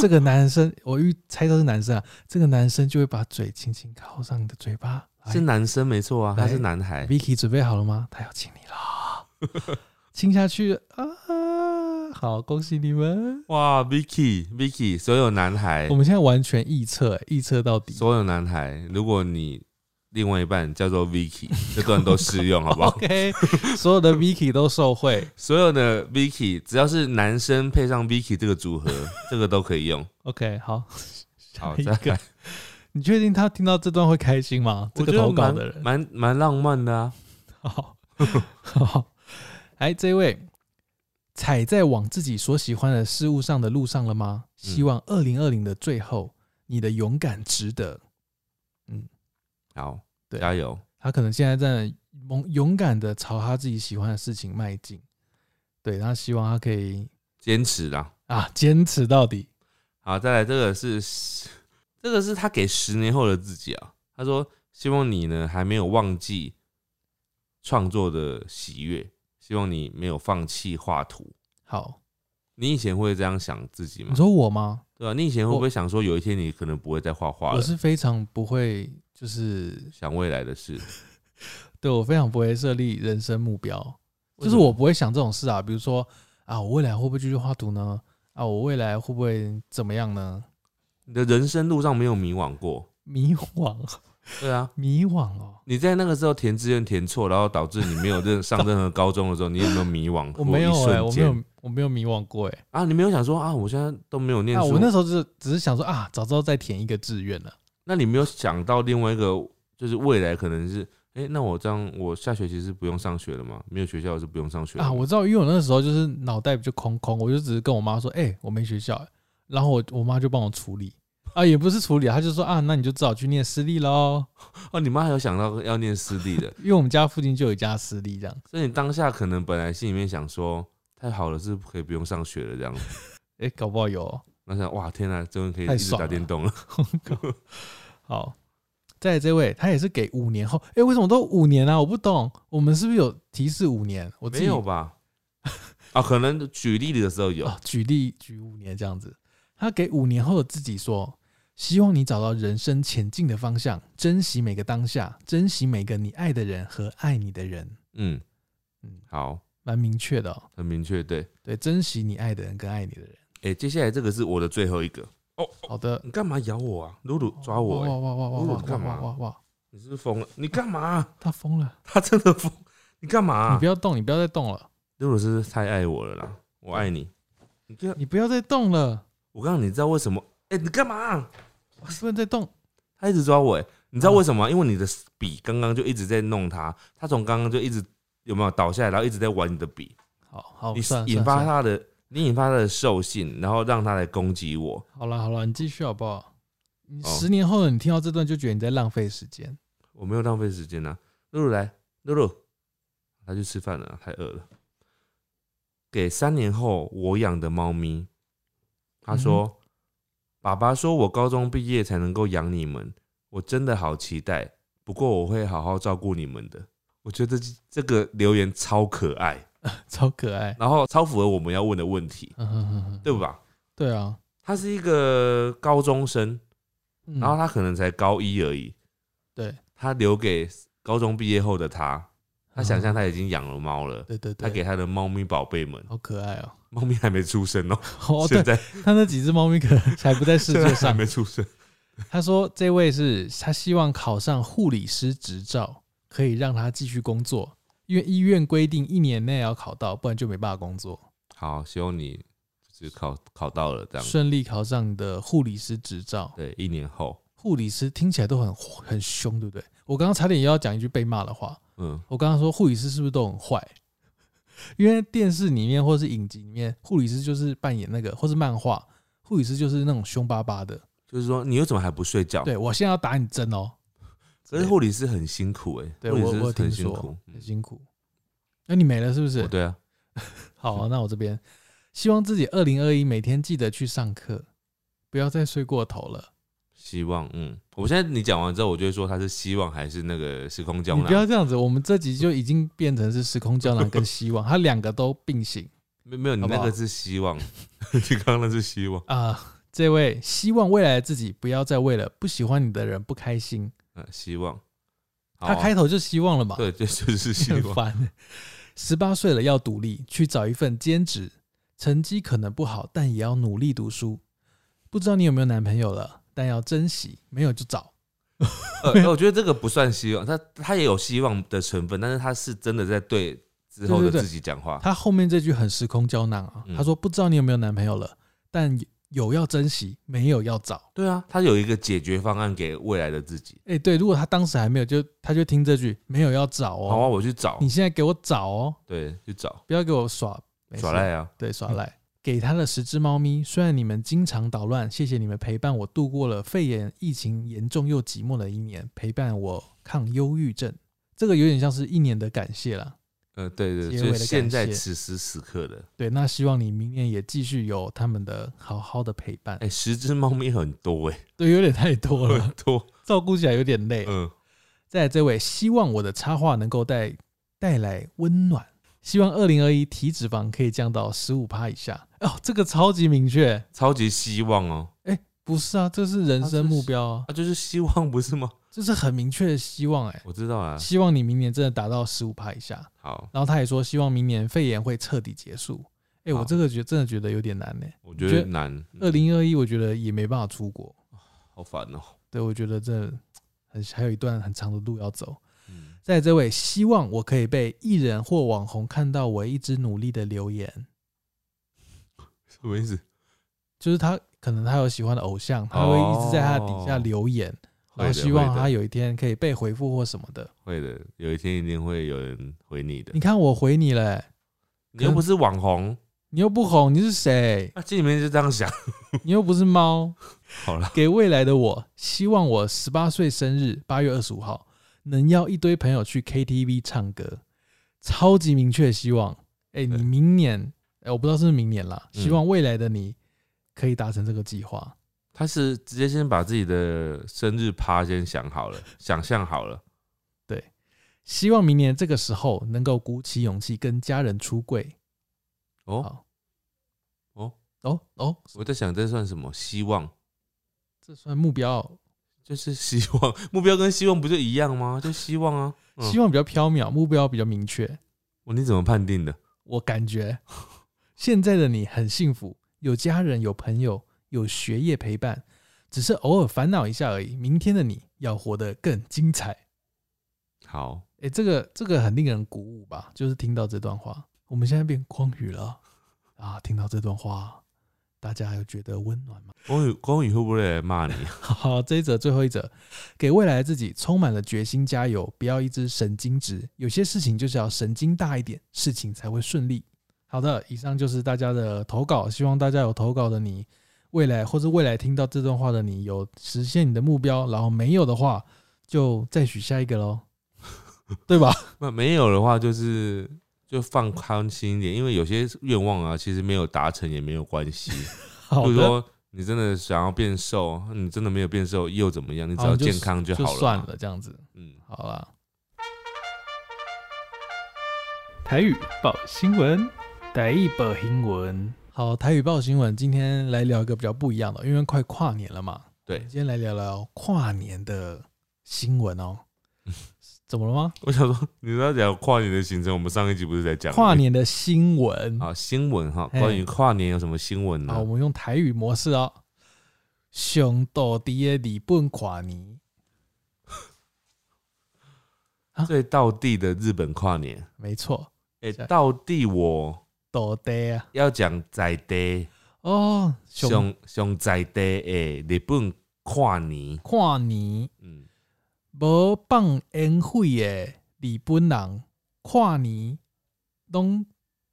S3: 这个男生，我预猜测是男生啊，这个男生就会把嘴轻轻靠上你的嘴巴。来
S2: 是男生没错啊，
S3: 来
S2: 他是男孩。
S3: Vicky 准备好了吗？他要亲你了，亲下去啊！好，恭喜你们！
S2: 哇，Vicky，Vicky，所有男孩
S3: 我，们现在完全臆测，欸臆测到底。
S2: 所有男孩，如果你另外一半叫做 Vicky，这段都适用，好不 好？
S3: OK，所有的 Vicky 都受贿。
S2: 所有的 Vicky，只要是男生配上 Vicky 这个组 合，这个都可以用。
S3: OK，好，
S2: 好，
S3: 下一
S2: 再来
S3: 个。你确定他听到这段会开心吗？这
S2: 我
S3: 个
S2: 觉得
S3: 投稿
S2: 蛮
S3: 的人，
S2: 蛮蛮浪漫的啊。
S3: 好，好，哎，这位踩在往自己所喜欢的事物上的路上了
S2: 嗯
S3: 吗？希望二零二零的最后，你的勇敢值得。
S2: 好，
S3: 对
S2: 加油！
S3: 他可能现在在勇勇敢的朝他自己喜欢的事情迈进，对，他希望他可以
S2: 坚持啦。
S3: 啊坚持到底。
S2: 好，再来这个是这个是他给十年后的自己啊。他说：“希望你呢还没有忘记创作的喜悦，希望你没有放弃画图。
S3: 好，
S2: 你以前会这样想自己吗
S3: 你？说我吗？
S2: 对啊，你以前会不
S3: 我
S2: 会想说有一天你可能不会再画画
S3: 我
S2: 了？
S3: 是非常不会，就是
S2: 想未来的事，
S3: 对我非常不会设立人生目标，
S2: 为什
S3: 就是
S2: 么
S3: 我不会想这种事啊，比如说啊，我未来会不会继续画图呢？啊，我未来会不会怎么样呢？
S2: 你的人生路上没有迷惘过。
S3: 迷惘，
S2: 对啊，
S3: 迷惘哦，
S2: 你在那个时候填志愿填错，然后导致你没有 任上任何高中的时候，你有没有迷惘过？
S3: 我没有
S2: 一
S3: 哎、
S2: 瞬
S3: 我没
S2: 间
S3: 有，我没有迷惘过哎、
S2: 啊，你没有想说啊，我现在都没有念
S3: 啊，
S2: 书，
S3: 我那时候就是只是想说啊，早知道再填一个志愿啊了。
S2: 那你没有想到另外一个，就是未来可能是，哎、那我这样，我下学期是不用上学了吗？没有学校是不用上学了
S3: 啊，
S2: 吗
S3: 我知道，因为我那时候就是脑袋就空空，我就只是跟我妈说，哎、我没学校、然后我我妈就帮我处理，啊，也不是处理，她就说啊，那你就只好去念私立喽，，
S2: 哦，你妈还有想到要念私立的
S3: 因为我们家附近就有一家私立这样，
S2: 所以你当下可能本来心里面想说，太好了，是可以不用上学了这样子。
S3: 哎、搞不好有、哦，
S2: 那想哇，天哪、终于可以
S3: 太
S2: 一直
S3: 爽
S2: 打
S3: 了
S2: 电动了。
S3: 好，再来这位，他也是给五年后，哎、为什么都五年啊？我不懂，我们是不是有提示五年？我自己
S2: 没有吧？啊，可能举例的时候有
S3: 啊，举例举五年这样子。他给五年后的自己说：“希望你找到人生前进的方向，珍惜每个当下，珍惜每个你爱的人和爱你的人。
S2: 嗯
S3: 嗯，
S2: 好，”
S3: 蛮明确的、哦，
S2: 很明确，对。
S3: 对，珍惜你爱的人跟爱你的人。
S2: 哎、接下来这个是我的最后一个。
S3: 好的，
S2: 你干嘛咬我啊？露露抓我、
S3: 哇
S2: 欸！
S3: 哇哇哇
S2: 侮辱
S3: 哇
S2: 你干嘛
S3: 哇哇哇！
S2: 你是不是疯了？你干嘛、啊
S3: 他疯了，
S2: 他真的疯！你干嘛、啊
S3: 你不要动，你不要再动了，
S2: 露露是太爱我了啦，我爱你。你这，
S3: 你不要再动了，
S2: 我告诉你，你知道为什么？哎、你干嘛、
S3: 你不能再动。
S2: 他一直抓我、欸，你
S3: 嗯
S2: 知道为什么吗？因为你的笔刚刚就一直在弄他，他从刚刚就一直有没有倒下来，然后一直在玩你的笔，
S3: 好好，
S2: 你
S3: 哦算了
S2: 引
S3: 算了
S2: 发
S3: 算了
S2: 他的，你引发他的兽性，然后让他来攻击我。
S3: 好了好了，你继续好不好？你
S2: 哦
S3: 十年后你听到这段就觉得你在浪费时间。
S2: 我没有浪费时间啊。露露来，露露，他去吃饭了，太饿了。给三年后我养的猫咪，他说：“爸爸说我高中毕业才能够养你们，我真的好期待。不过我会好好照顾你们的。”我觉得这这个留言超可爱，
S3: 超可爱。
S2: 然后超符合我们要问的问题，
S3: 嗯哼哼哼，
S2: 对吧？
S3: 对啊，
S2: 他是一个高中生，
S3: 嗯
S2: 然后他可能才高一而已，
S3: 对，
S2: 他留给高中毕业后的他，他想象他已经养了猫了，
S3: 对嗯对
S2: 他
S3: 对，
S2: 给他的猫咪宝贝们，
S3: 好可爱哦、
S2: 猫咪还没出生哦，
S3: 哦，
S2: 现
S3: 对，
S2: 在
S3: 他那几只猫咪可能还不在世
S2: 现在
S3: 界
S2: 还
S3: 上
S2: 没。出生，
S3: 他说这位是他希望考上护理师执照，可以让他继续工作，因为医院规定一年内要考到，不然就没办法工作。
S2: 好，希望你就是考考到了这样，
S3: 顺利考上你的护理师执照，
S2: 对，一年后，
S3: 护理师听起来都很很凶，对不对？我刚刚差点也要讲一句被骂的话，
S2: 嗯，
S3: 我刚刚说护理师是不是都很坏？ 因为电视里面或是影集里面，护理师就是扮演那个，或是漫画，护理师就是那种凶巴巴的。
S2: 就是说你为什么还不睡觉？
S3: 对我现在要打你针哦，
S2: 可是护理师很辛苦哎、
S3: 对
S2: 护理
S3: 我
S2: 师
S3: 我听
S2: 很辛
S3: 说
S2: 苦。嗯
S3: 很辛苦。那、你没了是不是
S2: 哦？对啊，
S3: 好、
S2: 嗯
S3: 那我这边希望自己二零二一每天记得去上课，不要再睡过头了。
S2: 希望嗯，我现在你讲完之后，我就会说他是希望还是那个时空胶
S3: 你不要
S2: 囊？
S3: 这样子，我们这集就已经变成是时空胶囊跟希望，它 两个都并行
S2: 没没有，你
S3: 好不
S2: 那
S3: 好
S2: 个是希望， 你刚刚那是希望，
S3: 啊、这位希望未来的自己不要再为了不喜欢你的人不开心。
S2: 嗯，希望。好啊
S3: 他开头就希望了嘛，
S2: 对，对，就是希
S3: 很
S2: 望。
S3: 烦。十八岁了要独立，去找一份兼职，成绩可能不好，但也要努力读书。不知道你有没有男朋友了，但要珍惜，没有就找。
S2: 呃，我觉得这个不算希望，他他也有希望的成分，但是他是真的在对之后
S3: 对对
S2: 的
S3: 对
S2: 自己讲话。
S3: 他后面这句很时空胶囊啊，
S2: 嗯
S3: 他说不知道你有没有男朋友了，但有要珍惜，没有要找。
S2: 对啊，他有一个解决方案给未来的自己。
S3: 哎、对，如果他当时还没有，就他就听这句没有要找
S2: 好啊，
S3: 哦，
S2: 我去找
S3: 你，现在给我找哦，
S2: 对，去找
S3: 不要给我耍没事
S2: 耍赖啊。
S3: 对，耍赖。给他的十只猫咪，虽然你们经常捣乱，谢谢你们陪伴我度过了肺炎疫情严重又寂寞的一年，陪伴我抗忧郁症。这个有点像是一年的感谢啦。
S2: 呃，对对，
S3: 结
S2: 就
S3: 尾
S2: 是
S3: 的
S2: 现在
S3: 感谢
S2: 此时此刻的，
S3: 对，那希望你明年也继续有他们的好好的陪伴。
S2: 哎，十只猫咪很多 哎，
S3: 对，有点太多
S2: 很
S3: 了，
S2: 多，
S3: 照顾起来有点累。
S2: 嗯，
S3: 在这位希望我的插画能够带带来温暖，希望二零二一体脂肪可以降到十五趴以下。哦，这个超级明确，
S2: 超级希望哦，
S3: 不是啊，这是人
S2: 啊
S3: 生
S2: 这
S3: 目
S2: 是
S3: 标啊
S2: 啊，，就是希望不是吗？
S3: 这是很明确的希望哎、
S2: 我知道啊，
S3: 希望你明年真的达到十五趴以下。
S2: 好，
S3: 然后他也说，希望明年肺炎会彻底结束。哎、我
S2: 好
S3: 这个觉真的觉得有点难呢、
S2: 我觉
S3: 觉
S2: 得
S3: 得呃
S2: 难，嗯
S3: 二零二一，我觉得也没办法出国。
S2: 好烦哦，
S3: 对，我觉得这很还有一段很长的路要走。
S2: 嗯，
S3: 在这位希望我可以被艺人或网红看到我一直努力的留言，
S2: 什么意思？
S3: 就是他可能他有喜欢的偶像，他会一直在他的底下
S2: 哦
S3: 留言，
S2: 会
S3: 然
S2: 的
S3: 后希
S2: 会
S3: 望
S2: 的
S3: 他有一天可以被回复或什么的。
S2: 会的，有一天一定会有人回你的
S3: 你。看我回你了欸、
S2: 你又不是网红，
S3: 你又不红，你是谁？
S2: 那心里面就这样想
S3: 你又不是猫。
S2: 好了。
S3: 给未来的我，希望我十八岁生日，八月二十五号，能要一堆朋友去 KTV 唱歌，超级明确希望。哎、
S2: 对
S3: 你明年，哎、我不知道是不是明年啦，
S2: 嗯
S3: 希望未来的你可以达成这个计划。
S2: 他是直接先把自己的生日趴先想好了， 想象好了，
S3: 希望明年这个时候能够鼓起勇气跟家人出柜。
S2: 哦，
S3: 好，
S2: 哦
S3: 哦哦，
S2: 我在想这算什么？希望
S3: 这算目标，
S2: 就是希望， 目标跟希望不就一样吗？就希望啊，嗯
S3: 希望比较缥缈，目标比较明确。
S2: 我哦你怎么判定的？
S3: 我感觉现在的你很幸福，有家人，有朋友，有学业陪伴，只是偶尔烦恼一下而已。明天的你要活得更精彩。
S2: 好，
S3: 诶，这个这个很令人鼓舞吧？就是听到这段话，我们现在变光宇了啊！听到这段话，大家有觉得温暖吗？
S2: 光宇光宇会不会来骂你？啊
S3: 好，这一则最后一则，给未来的自己充满了决心，加油！不要一只神经质，有些事情就是要神经大一点，事情才会顺利。好的，以上就是大家的投稿，希望大家有投稿的你，未来或是未来听到这段话的你，有实现你的目标，然后没有的话，就再许下一个喽，对吧？
S2: 那没有的话，就是就放宽心一点，因为有些愿望啊，其实没有达成也没有关 系。
S3: 好
S2: 比如
S3: 的，
S2: 说你真的想要变瘦，你真的没有变瘦又怎么样？哦你只
S3: 好
S2: 要
S3: 就
S2: 健康就
S3: 就
S2: 好了。
S3: 算，了，这样子，
S2: 嗯，
S3: 好啦。
S1: 台语报新闻，台语报新闻，
S3: 好，台语报新闻今天来聊一个比较不一样的，因为快跨年了嘛，
S2: 对。
S3: 今天来聊聊跨年的新闻哦。
S2: 嗯
S3: 怎么了吗？
S2: 我想说，你要讲跨年的行程，我们上一集不是在讲
S3: 跨年的新闻
S2: 啊新闻哈？
S3: 嘿哦
S2: 关于跨年有什么新闻呢
S3: 好，我？们用台语模式哦。熊到底的日本跨年，
S2: 最道地的日本跨年，
S3: 没错，
S2: 哎，
S3: 下
S2: 道地我
S3: 到底啊，
S2: 要讲在地
S3: 哦，熊
S2: 上上在地诶，日本跨年，
S3: 跨年
S2: 嗯，
S3: 无放烟火的日本人跨年拢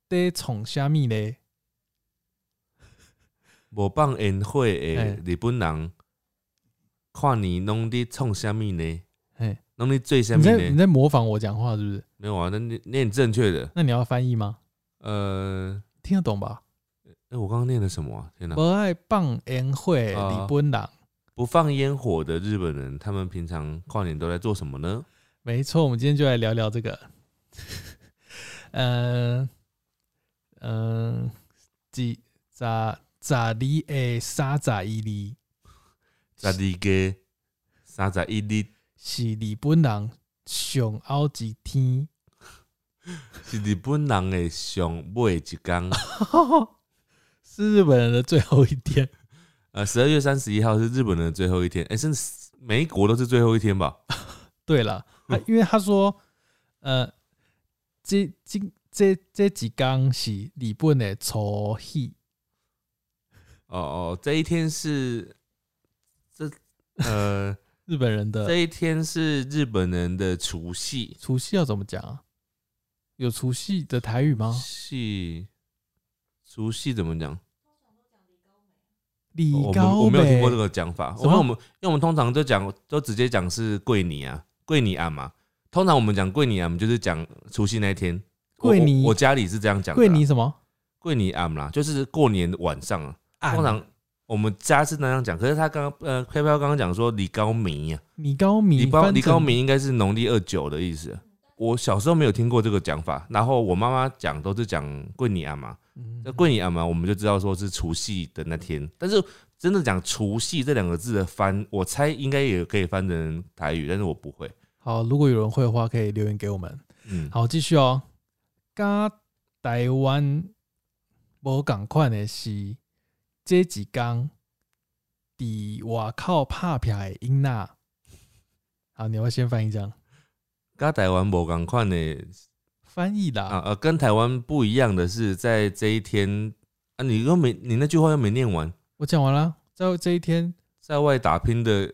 S3: 在创啥物呢？
S2: 无放烟火诶
S3: 嘿，
S2: 日本人跨年拢伫创啥物呢？
S3: 嘿，
S2: 那你最下
S3: 你在
S2: 面
S3: 你
S2: 呢？
S3: 在模仿我讲话是不是？
S2: 没有啊，那念念正确的。
S3: 那你要翻译吗？
S2: 呃，
S3: 听得懂吧？
S2: 哎、我刚刚念的什么啊、天哪！
S3: 不爱棒宴会
S2: 啊
S3: 李本朗，
S2: 不放烟火的日本人，他们平常跨年都在做什么呢？
S3: 没错，我们今天就来聊聊这个。 嗯嗯，几咋咋哩诶，沙咋伊哩
S2: 扎地给沙扎伊利
S3: 是日本人上奥一天。
S2: 是日本人的上尾一天，
S3: 是日本人的最后一天，
S2: 呃，十二月三十一号是日本人的最后一天，哎、甚至每一国都是最后一天吧？
S3: 对了，啊，因为他说，呃，这今这这几天是日本的初戏，
S2: 哦哦，这一天是这呃
S3: 日本人
S2: 这
S3: 的
S2: 一天是日本人的除夕，
S3: 除夕要怎么讲啊？有除夕的台语吗？
S2: 夕除夕怎么讲？
S3: 李
S2: 我们
S3: 高
S2: 我没有听
S3: 北
S2: 过这个讲法，
S3: 什
S2: 因为
S3: 么
S2: 我们因为我们通常都讲都直接讲是桂尼啊，桂尼啊嘛。通常我们讲桂尼啊，我们就是讲除夕那一天。我
S3: 桂尼
S2: 我我家里是这样讲的啦。
S3: 桂林什么？
S2: 桂尼啊啦，就是过年晚上啊。
S3: 啊
S2: 通常我们家是那样讲，可是他刚刚呃，飘飘刚刚讲说李高明啊，
S3: 李高
S2: 李
S3: 明，
S2: 高
S3: 翻
S2: 李高
S3: 成
S2: 明应该是农历二九的意思。我小时候没有听过这个讲法，然后我妈妈讲都是讲桂尼啊嘛。
S3: 嗯
S2: 那桂林阿嘛，我们就知道说是除夕的那天，但是真的讲除夕这两个字的翻，我猜应该也可以翻成台语，但是我不会。
S3: 好，如果有人会的话，可以留言给我们。
S2: 嗯，
S3: 好，继续哦。甲台湾无共款的是，这几天伫外口拍拼的囡仔。好，你要不要先翻译这
S2: 啊
S3: 样？
S2: 跟台湾某港款的
S3: 翻译啦，
S2: 啊呃，跟台湾不一样的是，在这一天啊，你又没你那句话又没念完，
S3: 我讲完了。在这一天，
S2: 在外打拼的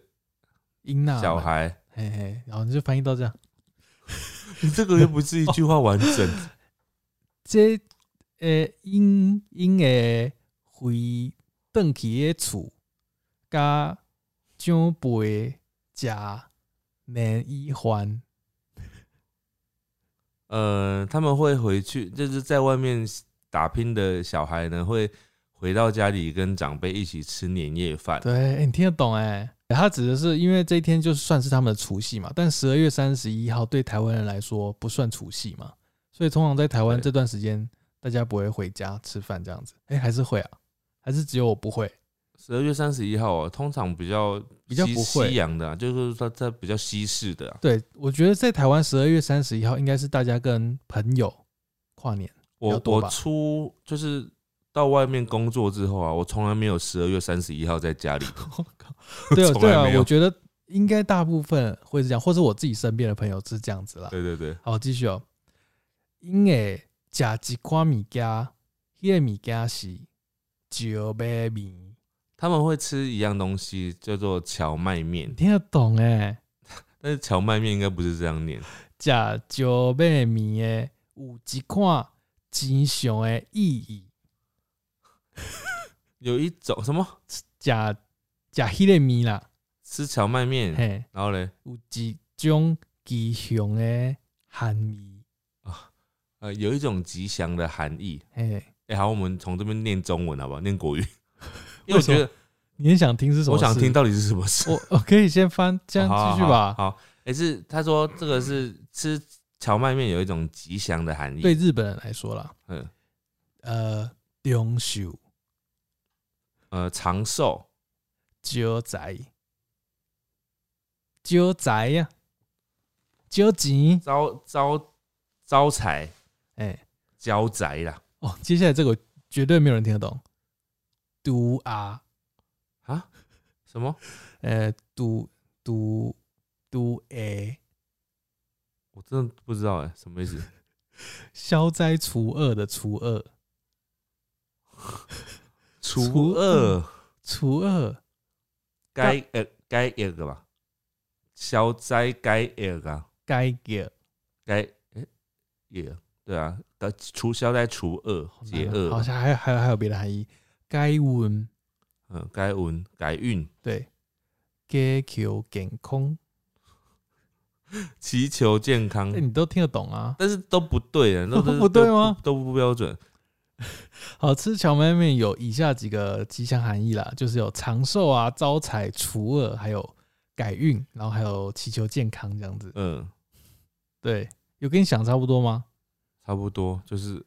S3: 囡仔
S2: 小，孩，
S3: 嘿嘿，然后你就翻译到这样。
S2: 你 这个又不是一句话完整。
S3: 这呃，因因诶回转去诶厝，甲长辈食年衣还。
S2: 呃，他们会回去，就是在外面打拼的小孩呢，会回到家里跟长辈一起吃年夜饭。
S3: 对，欸你听得懂哎、他指的是因为这一天就算是他们的除夕嘛，但十二月三十一号对台湾人来说不算除夕嘛，所以通常在台湾
S2: 对
S3: 这段时间，大家不会回家吃饭这样子。哎、还是会啊，还是只有我不会。
S2: 十二月三十一号啊，通常比较
S3: 比较
S2: 西
S3: 不会
S2: 西洋的、啊，就是说它比较西式的、啊。
S3: 对，我觉得在台湾十二月三十一号应该是大家跟朋友 跨年。比较
S2: 我
S3: 多吧
S2: 我出就是到外面工作之后啊，我从来没有十二月三十一号在家 里，
S3: 我靠，对啊，
S2: 从
S3: 对
S2: 来
S3: 啊
S2: 没，有
S3: 我觉得应该大部分会是这样，或者我自己身边的朋友是这样子啦。
S2: 对对对，
S3: 好，继续哦。因为食一款物件，迄、个物件是石麦面，
S2: 他们会吃一样东西叫做荞麦面
S3: 你，听得懂诶？
S2: 但是荞麦面应该不是这样念，
S3: 食石麦面诶，有一款真相诶意义。
S2: 有一种什么
S3: 食食迄个面啦，
S2: 吃荞麦面，
S3: 嘿，
S2: 然后嘞，
S3: 有一种吉祥诶含义，
S2: 呃，有一种吉祥的含义。
S3: 嘿，
S2: 哎、好，我们从这边念中文好不好？念 国语，因为
S3: 为
S2: 我
S3: 什么
S2: 觉得
S3: 你很想听是什么
S2: 我
S3: 事？
S2: 想听到底是什么事。
S3: 我我可以先翻，这 样
S2: 哦好
S3: 继续
S2: 好
S3: 吧。
S2: 好，也、是他说这个是吃荞麦面有一种吉祥的含义。
S3: 对，日本人来说啦，
S2: 嗯
S3: 呃，中寿
S2: 呃，长寿
S3: 招财，招财呀，招钱，
S2: 招招招财
S3: 哎、
S2: 交宅啦
S3: 哦，接下来这个绝对没有人听得懂，毒啊，
S2: 啊？什么？
S3: 呃，毒毒毒诶，
S2: 我真的不知道哎、什么意思？
S3: 消灾除恶的除恶，
S2: 除
S3: 除
S2: 恶
S3: 除恶
S2: 该呃该一个吧，消灾该一个啊
S3: 该给，
S2: 该诶也对啊，呃除消灾除恶
S3: 好难
S2: 解
S3: 哦
S2: 厄
S3: 好，像还有还有还有别的含义，该运
S2: 嗯，该运改运
S3: 对，该求健康。
S2: 祈求健康
S3: 哎，，你都听得懂啊？
S2: 但是都不对啊，都
S3: 不对吗？
S2: 都都不标准。
S3: 好吃荞麦面有以下几个吉祥含义啦，就是有长寿啊、招财、除恶，还有改运，然后还有祈求健康这样子。
S2: 嗯，
S3: 对，有跟你想差不多吗？
S2: 差不多就是，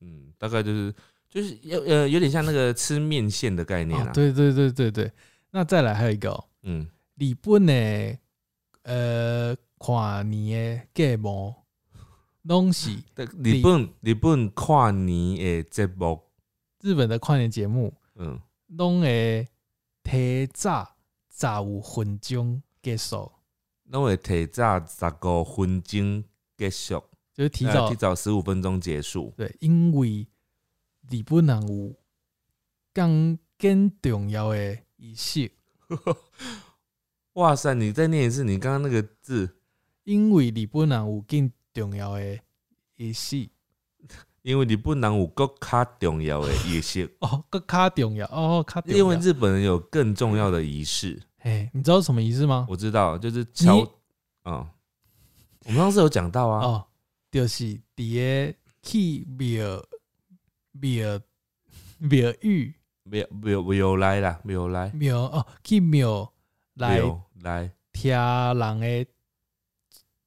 S2: 嗯，大概就是就是有呃有点像那个吃面线的概念
S3: 哦
S2: 啦。，
S3: 对对对对对。那再来还有一个、哦，
S2: 嗯，
S3: 日本的呃跨年的节目，拢是
S2: 但日本日本跨年的节目，
S3: 日本的跨年节目，
S2: 嗯，
S3: 拢会提早十五分钟结束，
S2: 那会提早十五分钟结束，
S3: 就是提
S2: 呃
S3: 早、
S2: 提早十五分钟结束。
S3: 对，因为日本人有更更重要的仪式，
S2: 哇塞！你再念一次你刚刚那个字，
S3: 因为日本人有更重要的仪式
S2: 因为日本人有更较重要的仪 式，
S3: 哦，更较重要哦，较重要。
S2: 因为日本人有更重要的仪式。
S3: 哎，你知道什么仪式吗？
S2: 我知道，就是乔
S3: 你，
S2: 嗯，我们上次有讲到啊，
S3: 哦，就是伫个去庙庙庙宇
S2: 没有没有没有来啦，没有来，
S3: 庙哦，去庙
S2: 没
S3: 来
S2: 有来
S3: 听人的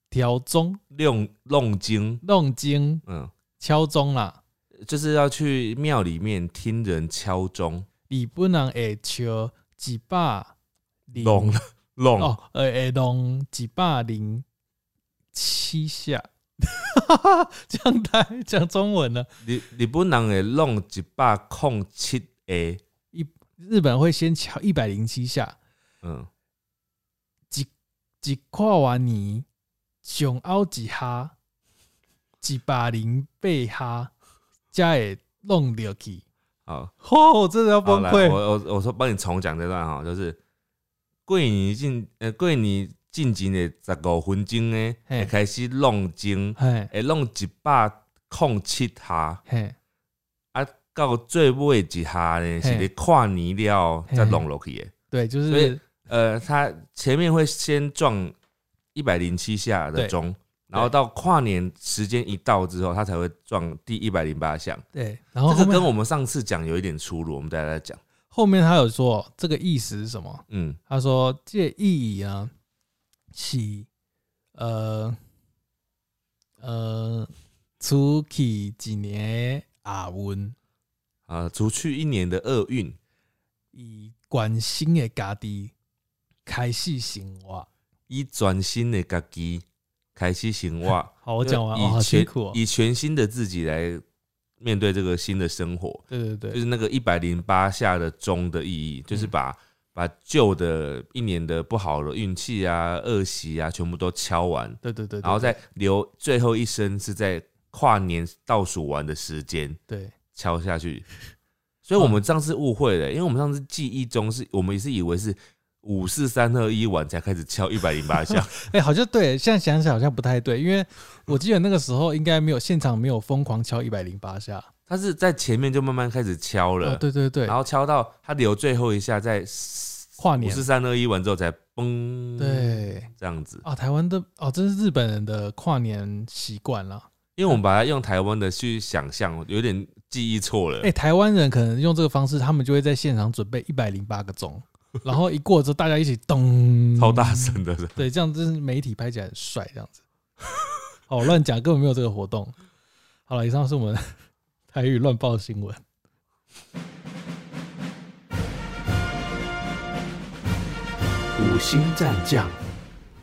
S3: 调钟、
S2: 弄弄经，
S3: 弄钟、
S2: 嗯，
S3: 敲钟啦。
S2: 就是要去庙里面听人敲钟，
S3: 日本人会敲一百零
S2: 弄弄，
S3: 嗯哦，呃，会弄一百零七下。 讲台讲中文了。
S2: 日日本人会弄一百空七下，
S3: 日本会先敲一百零七下，
S2: 嗯，
S3: 一跨完年，上后一下，一百零八下，才会弄掉去。
S2: 好。
S3: 哦，我真的要
S2: 好
S3: 崩
S2: 来，我
S3: 溃！
S2: 我我说帮你重讲这段哈，就是过年进呃过年进前的十五分钟呢，
S3: 嘿
S2: 会开始弄钟，
S3: 嘿，
S2: 会弄一百空七下，
S3: 嘿，
S2: 啊，到最尾一下呢是
S3: 嘿
S2: 咧跨年了
S3: 嘿
S2: 再弄落去的。
S3: 对，就
S2: 所
S3: 是
S2: 以呃，它前面会先撞一百零七下的
S3: 对
S2: 钟，然后到跨年时间一到之后，它才会撞第一百零八下。
S3: 对。然后
S2: 这
S3: 哦后
S2: 个跟
S3: 面
S2: 我们上次讲有一点出入，我们大家再讲。
S3: 后面他有说这个意思是什么？
S2: 嗯，
S3: 他说这个意义呢是呃呃，出去一年阿运，
S2: 啊，除去一年的厄运，
S3: 以关心的家己开始生活。
S2: 以全新的家己开始生活。
S3: 好，我讲完
S2: 就以
S3: 哦，好辛
S2: 全
S3: 苦哦。
S2: 以全新的自己来面对这个新的生活，
S3: 对对
S2: 就
S3: 对，
S2: 是那个一百零八下的钟的意义，就是
S3: 嗯
S2: 把、把旧的一年的不好的运气啊、恶习啊，全部都敲完，
S3: 对对对，
S2: 然后
S3: 对
S2: 再留最后一声是在跨年倒数完的时间
S3: 对
S2: 敲下 去。所以我
S3: 嗯
S2: 们上次误会了，因为我们上次记忆中是我们也是以为是五四三二一完才开始敲一百零八 下，
S3: 哎、好像对，现在想想好像不太对，因为我记得那个时候应该没有现场没有疯狂敲一百零八下。
S2: 他是在前面就慢慢开始敲了，
S3: 哦，对对对
S2: 然，后敲到他留最后一下，在
S3: 跨
S2: 五
S3: 年
S2: 四三二一完之后才嘣，，
S3: 对
S2: 这样子。
S3: 啊，台湾的哦，这是日本人的跨年习惯啦。
S2: 因为我们把它用台湾的去想象，有点记忆错了
S3: 哎、。台湾人可能用这个方式，他们就会在现场准备一百零八个 钟，然后一过之后大家一起咚，
S2: 超大，声的，
S3: 对，这样就是媒体拍起来很帅，这样子。 好，我乱讲，根本没有这个活动。好了，以上是我们台语乱报新闻。
S1: 五星战将，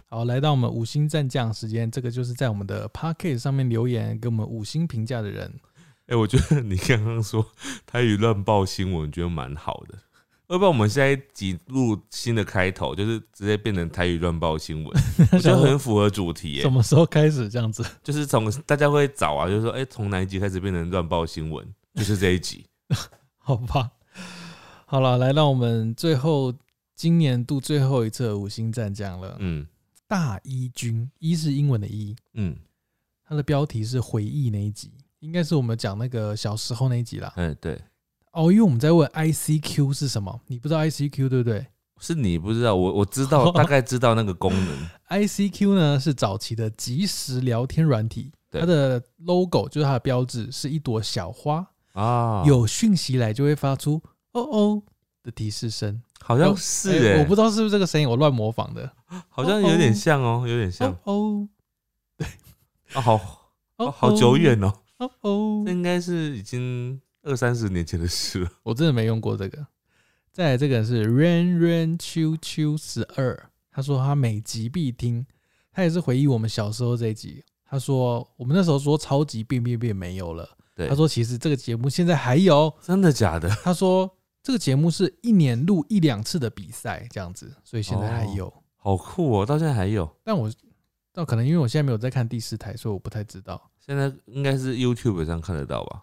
S3: 好，来到我们五星战将时间，这个就是在我们的 p a c k e t 上面留言给我们五星评价的人，
S2: 哎、我觉得你刚刚说台语乱报新闻，我觉得蛮好的。要不然我们下一集录新的开头，就是直接变成台语乱报新 闻，我觉得很符合主题耶、
S3: 什么时候开始这样子？
S2: 就是从大家会找啊，就是说，哎、从哪一集开始变成乱报新闻？就是这一 集。
S3: 好吧，好了，来到我们最后今年度最后一次的五星战将了。
S2: 嗯
S3: 大一军，一是英文的一，
S2: 嗯
S3: 它的标题是回忆那一集，应该是我们讲那个小时候那一集啦。
S2: 嗯，对。
S3: 哦，因为我们在问 ICQ 是什么，你不知道 ICQ 对不对？
S2: 是你不知道，我我知 道，大概知道那个功能。
S3: ICQ 呢是早期的即时聊天软体，
S2: 对
S3: 它的 logo 就是它的标志是一朵小花，
S2: 啊，
S3: 有讯息来就会发出“哦哦”的提示声。
S2: 好像是
S3: 哎
S2: 哎、
S3: 我不知道是不是这个声音，我乱模仿的。
S2: 好像有点像哦、有点像
S3: 哦哦
S2: 啊，好
S3: 哦，
S2: 啊好久远哦，
S3: 哦哦
S2: 那，应该是已经二三十年前的事了。
S3: 我真的没用过这个。再来这个是 Rain Rain 秋秋十二，他说他每集必听，他也是回忆我们小时候这一集。他说我们那时候说超级变变变没有了，
S2: 对，
S3: 他说其实这个节目现在还有，
S2: 真的假的？
S3: 他说这个节目是一年录一两次的比赛这样子，所以现在还
S2: 哦
S3: 有。
S2: 好酷哦、到现在还有，
S3: 但我但可能因为我现在没有在看第四台，所以我不太知道。
S2: 现在应该是 YouTube 上看得到吧？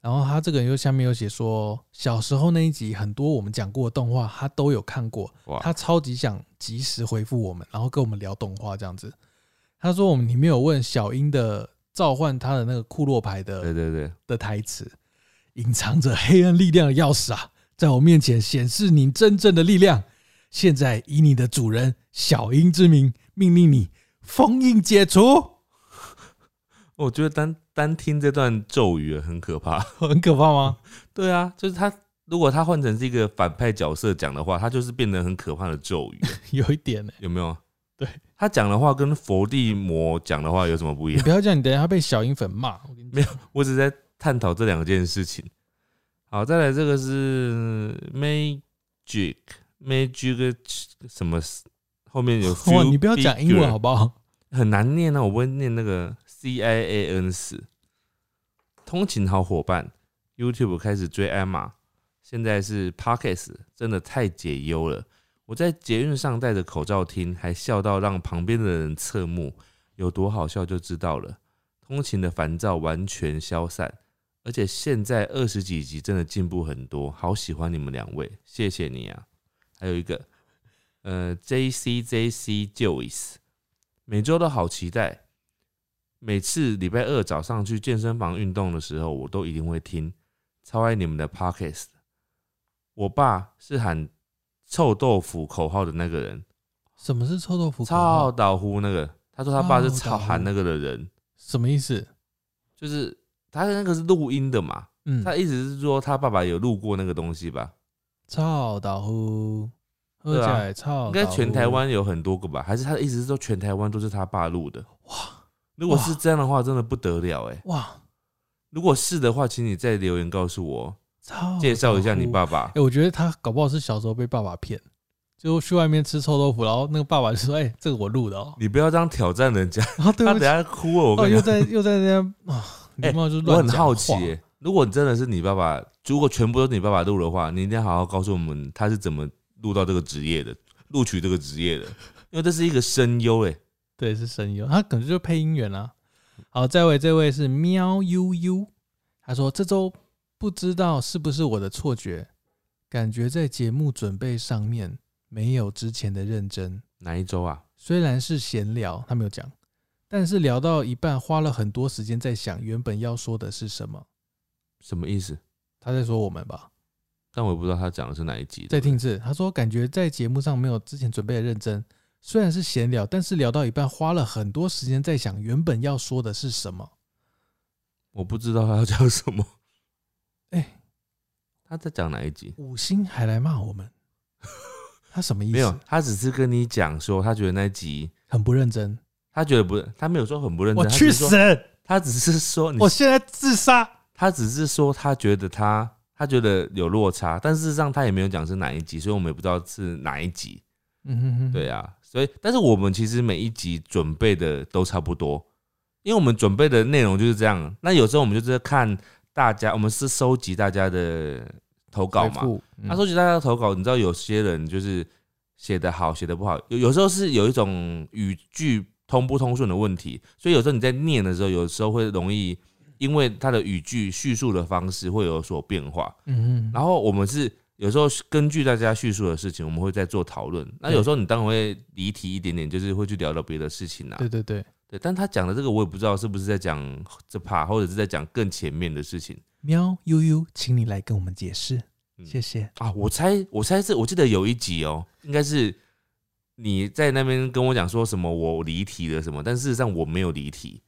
S3: 然后他这个人又下面有写说，小时候那一集很多我们讲过的动画，他都有看过，
S2: 哇，
S3: 他超级想及时回复我们，然后跟我们聊动画这样子。他说我们里面有问小樱的召唤他的那个库洛牌
S2: 对
S3: 的
S2: 对对，
S3: 的台词，隐藏着黑暗力量的钥匙啊，在我面前显示你真正的力量。现在以你的主人小樱之名，命令你封印解除，
S2: 我觉得单单听这段咒语很可怕。
S3: 很可怕吗？
S2: 对啊，就是他，如果他换成是一个反派角色讲的话，他就是变得很可怕的咒语，
S3: 有一点呢、
S2: 有没有？
S3: 对
S2: 他讲的话跟伏地魔讲的话有什么不一
S3: 你
S2: 样？
S3: 不要这样，你等一下被小樱粉骂。我跟你
S2: 没有，我只是在探讨这两件事情。好，再来这个是 magic magic 什么，后面有
S3: 讲，哇，啊你不要讲英文好
S2: 不
S3: 不好？
S2: 很难念啊，我不会念那个 C I A N S。通勤好伙伴，YouTube 开始追艾玛，现在是 Pockets，真的太解忧了。我在捷运上戴着口罩听，还笑到让旁边的人侧目，有多好笑就知道了。通勤的烦躁完全消散，而且现在二十几集真的进步很多，好喜欢你们两位，谢谢你啊！还有一个，呃，J C J C Joyce，每周都好期待。每次礼拜二早上去健身房运动的时候，我都一定会听，超爱你们的 podcast。我爸是喊“臭豆腐”口号的那个人，
S3: 什么是臭豆腐口
S2: 臭
S3: 号？
S2: 豆腐那个，他说他爸是
S3: 臭豆
S2: 操
S3: 腐
S2: 喊那个的人，
S3: 什么意思？
S2: 就是他那个是录音的嘛，
S3: 嗯，
S2: 他意思是说他爸爸有录过那个东西吧？
S3: 臭豆腐，喝
S2: 对啊
S3: 起来臭豆
S2: 应
S3: 腐。
S2: 该全台湾有很多个吧？还是他的意思是说全台湾都是他爸录的？
S3: 哇
S2: 如果是这样的话，真的不得了哎、
S3: 哇，
S2: 如果是的话，请你再留言告诉我，
S3: 臭
S2: 介绍一下你
S3: 豆腐。
S2: 爸爸
S3: 哎、。我觉得他搞不好是小时候被爸爸骗，就去外面吃臭豆腐，然后那个爸爸就说：“哎、这个我录的哦。
S2: 你不要这样挑战人家，”
S3: 然后对
S2: 他等
S3: 不起，
S2: 下哭了。我
S3: 哦，
S2: 跟
S3: 又
S2: 你讲，
S3: 在又在那边啊，礼
S2: 哎
S3: 貌就
S2: 我
S3: 乱
S2: 很
S3: 讲话。
S2: 好奇、耶，如果真的是你爸爸，如果全部都是你爸爸录的话，你一定要好好告诉我们他是怎么录到这个职业的，录取这个职业的，因为这是一个声优哎，
S3: 对，是声优，他可能就是配音员啦、好，再为这位是喵悠悠，他说这周不知道是不是我的错觉，感觉在节目准备上面没有之前的认真。
S2: 哪一周啊？
S3: 虽然是闲聊，他没有讲，但是聊到一半花了很多时间在想原本要说的是什么。
S2: 什么意思？
S3: 他在说我们吧，
S2: 但我也不知道他讲的是哪一集。
S3: 再听一次。他说感觉在节目上没有之前准备的认真，虽然是闲聊，但是聊到一半花了很多时间在想原本要说的是什么。
S2: 我不知道他要讲什么。
S3: 哎
S2: 他在讲哪一集？
S3: 五星还来骂我们， 他什么意思？
S2: 没有，他只是跟你讲说，他觉得那一集，
S3: 很不认真。
S2: 他觉得不，他没有说很不认真，
S3: 我
S2: 他
S3: 去
S2: 只是
S3: 死
S2: 说！他只是说你
S3: 我现在自杀。
S2: 他只是说他觉得他他觉得有落差，但事实上他也没有讲是哪一集，所以我们也不知道是哪一集。
S3: 嗯哼哼，
S2: 对啊，所以但是我们其实每一集准备的都差不多，因为我们准备的内容就是这样。那有时候我们就是在看大家，我们是收集大家的投稿嘛
S3: 回。复。嗯
S2: 那收集大家的投稿，你知道有些人就是写的好，写的不好，有有时候是有一种语句通不通顺的问题，所以有时候你在念的时候，有时候会容易因为它的语句叙述的方式会有所变化。
S3: 嗯哼，
S2: 然后我们是有时候根据大家叙述的事情，我们会再做讨论。那有时候你当然会离题一点点，就是会去聊聊别的事情啊。
S3: 对对对，
S2: 对，但他讲的这个我也不知道是不是在讲这怕，或者是在讲更前面的事情。
S3: 喵悠悠，请你来跟我们解释。
S2: 嗯
S1: 谢谢。
S2: 啊，我猜，我猜是，我记得有一集哦，应该是你在那边跟我讲说什么我离题了什么，但事实上我没有离题，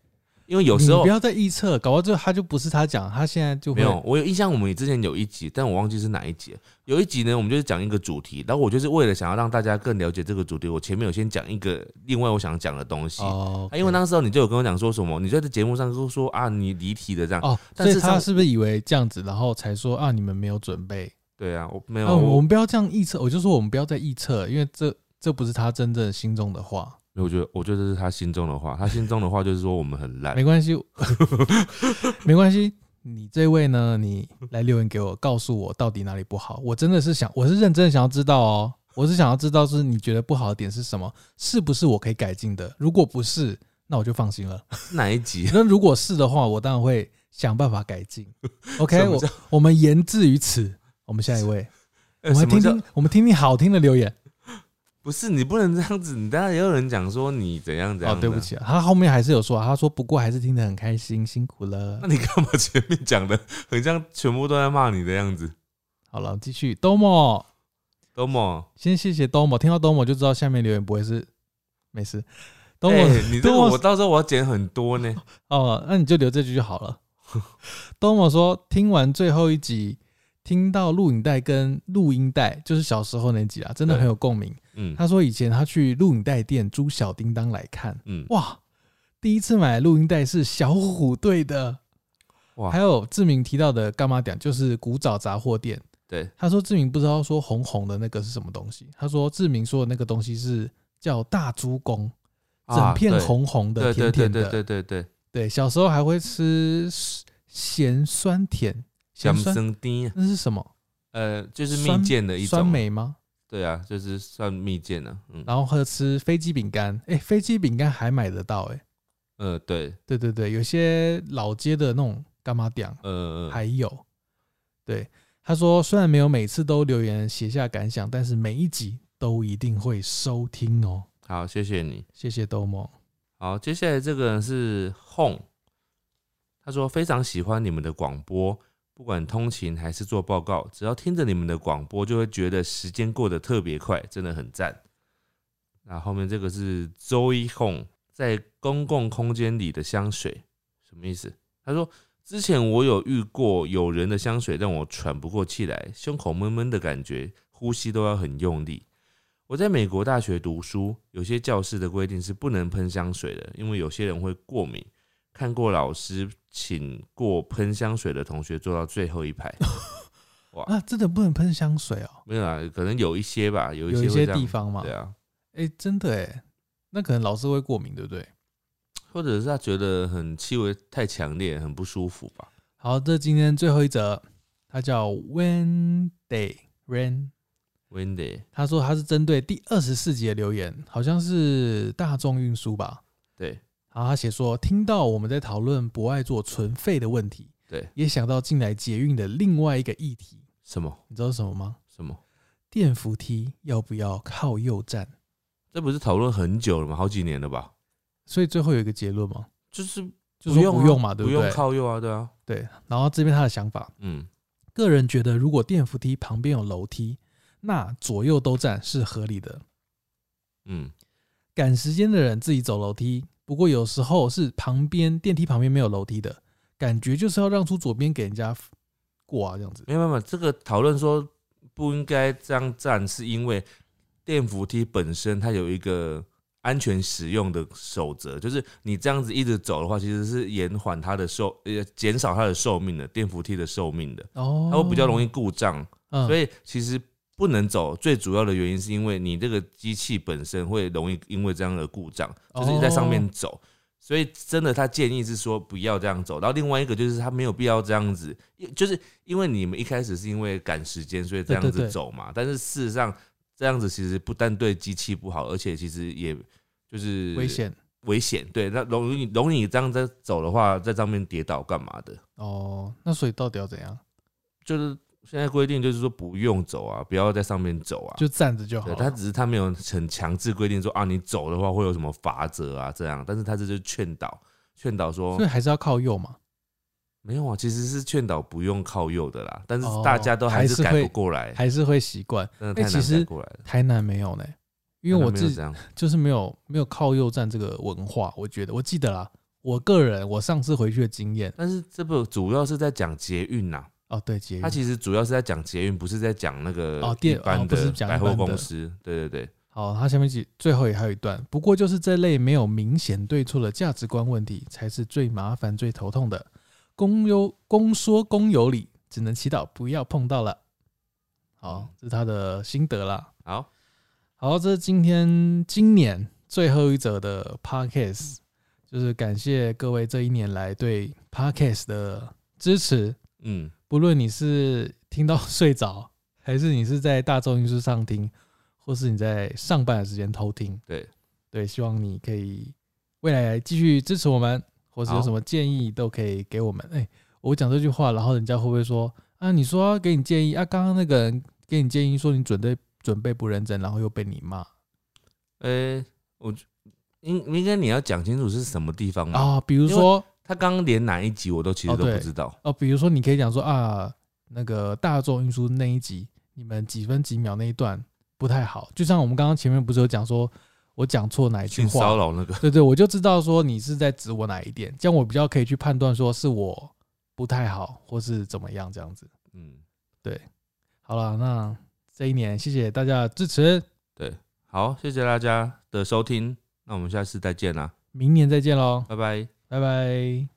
S2: 因为有时
S3: 你
S2: 候
S3: 不要再臆测了，搞到最后他就不是他讲，他现在就
S2: 没
S3: 会
S2: 有，我有印象，我们之前有一集，但我忘记是哪一集了。有一集呢，我们就是讲一个主题，然后我就是为了想要让大家更了解这个主题，我前面有先讲一个另外我想讲的东西。
S3: 哦
S2: 啊，因为那时候你就有跟我讲说什么，你就在节目上就说啊，你离题的这样。
S3: 哦，
S2: 但
S3: 所以
S2: 是
S3: 他
S2: 上
S3: 是不是以为这样子，然后才说啊你们没有准备？
S2: 对啊，我没有，
S3: 啊，我
S2: 我
S3: 们不要这样臆测，我就说我们不要再臆测，因为这这不是他真正心中的话，
S2: 我觉得，我觉得这是他心中的话，他心中的话就是说我们很烂
S3: 没。关系， 没关系。你这位呢，你来留言给我，告诉我到底哪里不好。我真的是想，我是认真的想要知道哦，我是想要知道是你觉得不好的点是什么，是不是我可以改进的？如果不是，那我就放心了。
S2: 是哪一集？
S3: 那如果是的话，我当然会想办法改 进。OK，
S2: 什么
S3: 我
S2: 叫
S3: 我们言至于此，我们下一位，我
S2: 呃
S3: 们
S2: 什
S3: 来
S2: 么
S3: 听
S2: 叫
S3: 听，我们听听好听的 留言。
S2: 不是你不能这样子，你当然也有人讲说你怎样怎
S3: 哦
S2: 样。，
S3: 对不，起啊，他后面还是有说啊，他说不过还是听得很开心，辛苦了
S2: 那。你干嘛前面讲的很像全部都在骂你的样子？
S3: 好了，继续。Domo，
S2: 多么
S3: 先谢谢 Domo，听到 Domo 就知道下面留言不会是没事。
S2: 哎，
S3: Domo，、
S2: 你这个
S3: Domo
S2: 我到时候我要剪很多呢。
S3: 哦，那你就留这句就好了。Domo 说，听完最后一集，听到录影带跟录音带，就是小时候那集啊，真的
S2: 对
S3: 很有共鸣。
S2: 嗯
S3: 他说以前他去录影带店租小叮当来看，
S2: 嗯，
S3: 哇，第一次买录音带是小虎队的，
S2: 哇
S3: 还有志明提到的干嘛点，就是古早杂货店。
S2: 对，
S3: 他说志明不知道说红红的那个是什么东西，他说志明说的那个东西是叫大猪公，整
S2: 啊
S3: 片红红的，
S2: 对
S3: 甜
S2: 对对
S3: 甜
S2: 对对
S3: 的。
S2: 对对，
S3: 对，小时候还会吃咸酸甜，咸
S2: 香
S3: 酸
S2: 生丁，
S3: 那是什么？
S2: 啊呃，就是蜜
S3: 酸
S2: 饯的一种，
S3: 酸梅吗？
S2: 对啊，就是算蜜饯了。嗯，
S3: 然后还有吃飞机饼干，哎、飞机饼干还买得到、诶。哎。
S2: 呃，对，
S3: 对对对，有些老街的那种干妈店
S2: 呃，
S3: 还有。对，他说虽然没有每次都留言写下感想，但是每一集都一定会收听哦。
S2: 好，谢谢你。
S3: 谢谢兜梦。
S2: 好，接下来这个人是 Home，他说非常喜欢你们的广播，不管通勤还是做报告，只要听着你们的广播，就会觉得时间过得特别快，真的很赞。那后面这个是 Zoe Home 在公共空间里的香水，什么意思？他说之前我有遇过有人的香水让我喘不过气来，胸口闷闷的感觉，呼吸都要很用力。我在美国大学读书，有些教室的规定是不能喷香水的，因为有些人会过敏。看过老师请过喷香水的同学坐到最后一排，
S3: 啊，真的不能喷香水哦，
S2: 没有啊，可能有一些吧，有一
S3: 有一
S2: 些会
S3: 些
S2: 这
S3: 地
S2: 样，
S3: 方嘛
S2: 对。啊，
S3: 哎、真的哎，那可能老师会过敏，对不对？
S2: 或者是他觉得很气味太强烈，很不舒服吧。
S3: 好，这今天最后一则，他叫 Wendy Rain。
S2: Wendy，
S3: 他说他是针对第二十四集的留言，好像是大众运输吧？
S2: 对，
S3: 然后他写说，听到我们在讨论不爱做存废的问题，
S2: 对，
S3: 也想到近来捷运的另外一个议题，
S2: 什么
S3: 你知道是什么吗？
S2: 什么？
S3: 电扶梯要不要靠右站？
S2: 这不是讨论很久了吗？好几年了吧？
S3: 所以最后有一个结论嘛，
S2: 就是
S3: 就说
S2: 用啊
S3: 不用嘛，对
S2: 不
S3: 对
S2: 用？靠右啊，对啊，
S3: 对。然后这边他的想法，
S2: 嗯，
S3: 个人觉得如果电扶梯旁边有楼梯，那左右都站是合理的。
S2: 嗯，
S3: 赶时间的人自己走楼梯，不过有时候是旁边电梯旁边没有楼梯的，感觉就是要让出左边给人家过啊，这样子。
S2: 没有办法，这个讨论说不应该这样站，是因为电扶梯本身它有一个安全使用的守则，就是你这样子一直走的话，其实是延缓它的寿呃减少它的寿命的电扶梯的寿命的，
S3: 哦，
S2: 它会比较容
S3: 易，
S2: 易故障，
S3: 嗯
S2: 所以其实。不能走，最主要的原因是因为你这个机器本身会容易因为这样的故障，
S3: 哦
S2: 就是你在上面走。所以真的，他建议是说不要这样走。然后另外一个就是他没有必要这样子，因就是因为你们一开始是因为赶时间，所以这样
S3: 对对
S2: 子
S3: 对
S2: 走嘛。但是事实上，这样子其实不但对机器不好，而且其实也就是
S3: 危险
S2: 危险。对，那容易容易你这样子走的话，在上面跌倒干嘛的？
S3: 哦。那所以到底要怎样？
S2: 就是现在规定就是说不用走啊，不要在上面走啊。
S3: 就站着就好
S2: 对，
S3: 了。
S2: 他只是他没有很强制规定说啊，你走的话会有什么罚则啊这样，但是他这就是劝导，劝导说
S3: 所以还是要靠右嘛。
S2: 没有啊，其实是劝导不用靠右的啦，但是
S3: 哦
S2: 大家都还是
S3: 还是
S2: 改
S3: 会
S2: 不过来，
S3: 还是会习惯。
S2: 真的
S3: 哎
S2: 太
S3: 其
S2: 难
S3: 实
S2: 改过来了。
S3: 台南没有呢，因为我
S2: 真的没有
S3: 自
S2: 这样，
S3: 就是没有没有靠右站这个文化，我觉得我记得啦。我个人我上次回去的经验
S2: 但是这部主要是在讲捷运呐、
S3: 哦，对，捷运
S2: 它其实主要是在讲捷运，不是在讲那个
S3: 哦
S2: 一
S3: 电哦
S2: 般
S3: 不是
S2: 的
S3: 讲一
S2: 百
S3: 般
S2: 货
S3: 的
S2: 公司。对对对，
S3: 好，它下面几最后也还有一段，不过就是这类没有明显对错的价值观问题，才是最麻烦、最头痛的。公有公说公有理，只能祈祷不要碰到了。好，这是他的心得啦。
S2: 好，
S3: 好，这是今天今年最后一则的 podcast，就是感谢各位这一年来对 podcast 的支持。
S2: 嗯，
S3: 不论你是听到 睡着，还是你是在大众运输上听，或是你在上班的时间偷听，
S2: 对
S3: 对，希望你可以未来继续支持我们，或是有
S2: 好
S3: 什么建议都可以给我们。哎、我讲这句话，然后人家会不会说啊？你说要给你建议啊？刚刚那个人给你建议说你准备准备不认真，然后又被你骂
S2: 呃、我应应该你要讲清楚是什么地方嘛？
S3: 啊？比如
S2: 嗯因为
S3: 说
S2: 他刚刚连哪一集我都其实
S3: 哦
S2: 都不
S3: 对
S2: 知道。
S3: 哦，比如说你可以讲说啊，那个大众运输那一集，你们几分几秒那一段不太好，就像我们刚刚前面不是有讲说，我讲错哪一句
S2: 性骚
S3: 话，
S2: 扰那个，
S3: 对对，我就知道说你是在指我哪一点，这样我比较可以去判断说是我不太好，或是怎么样这样子。
S2: 嗯，
S3: 好了，那这一年谢谢大家的支持，
S2: 好，谢谢大家的收听，那我们下次再见啦，
S3: 明年再见喽，
S2: 拜拜。
S3: 拜拜。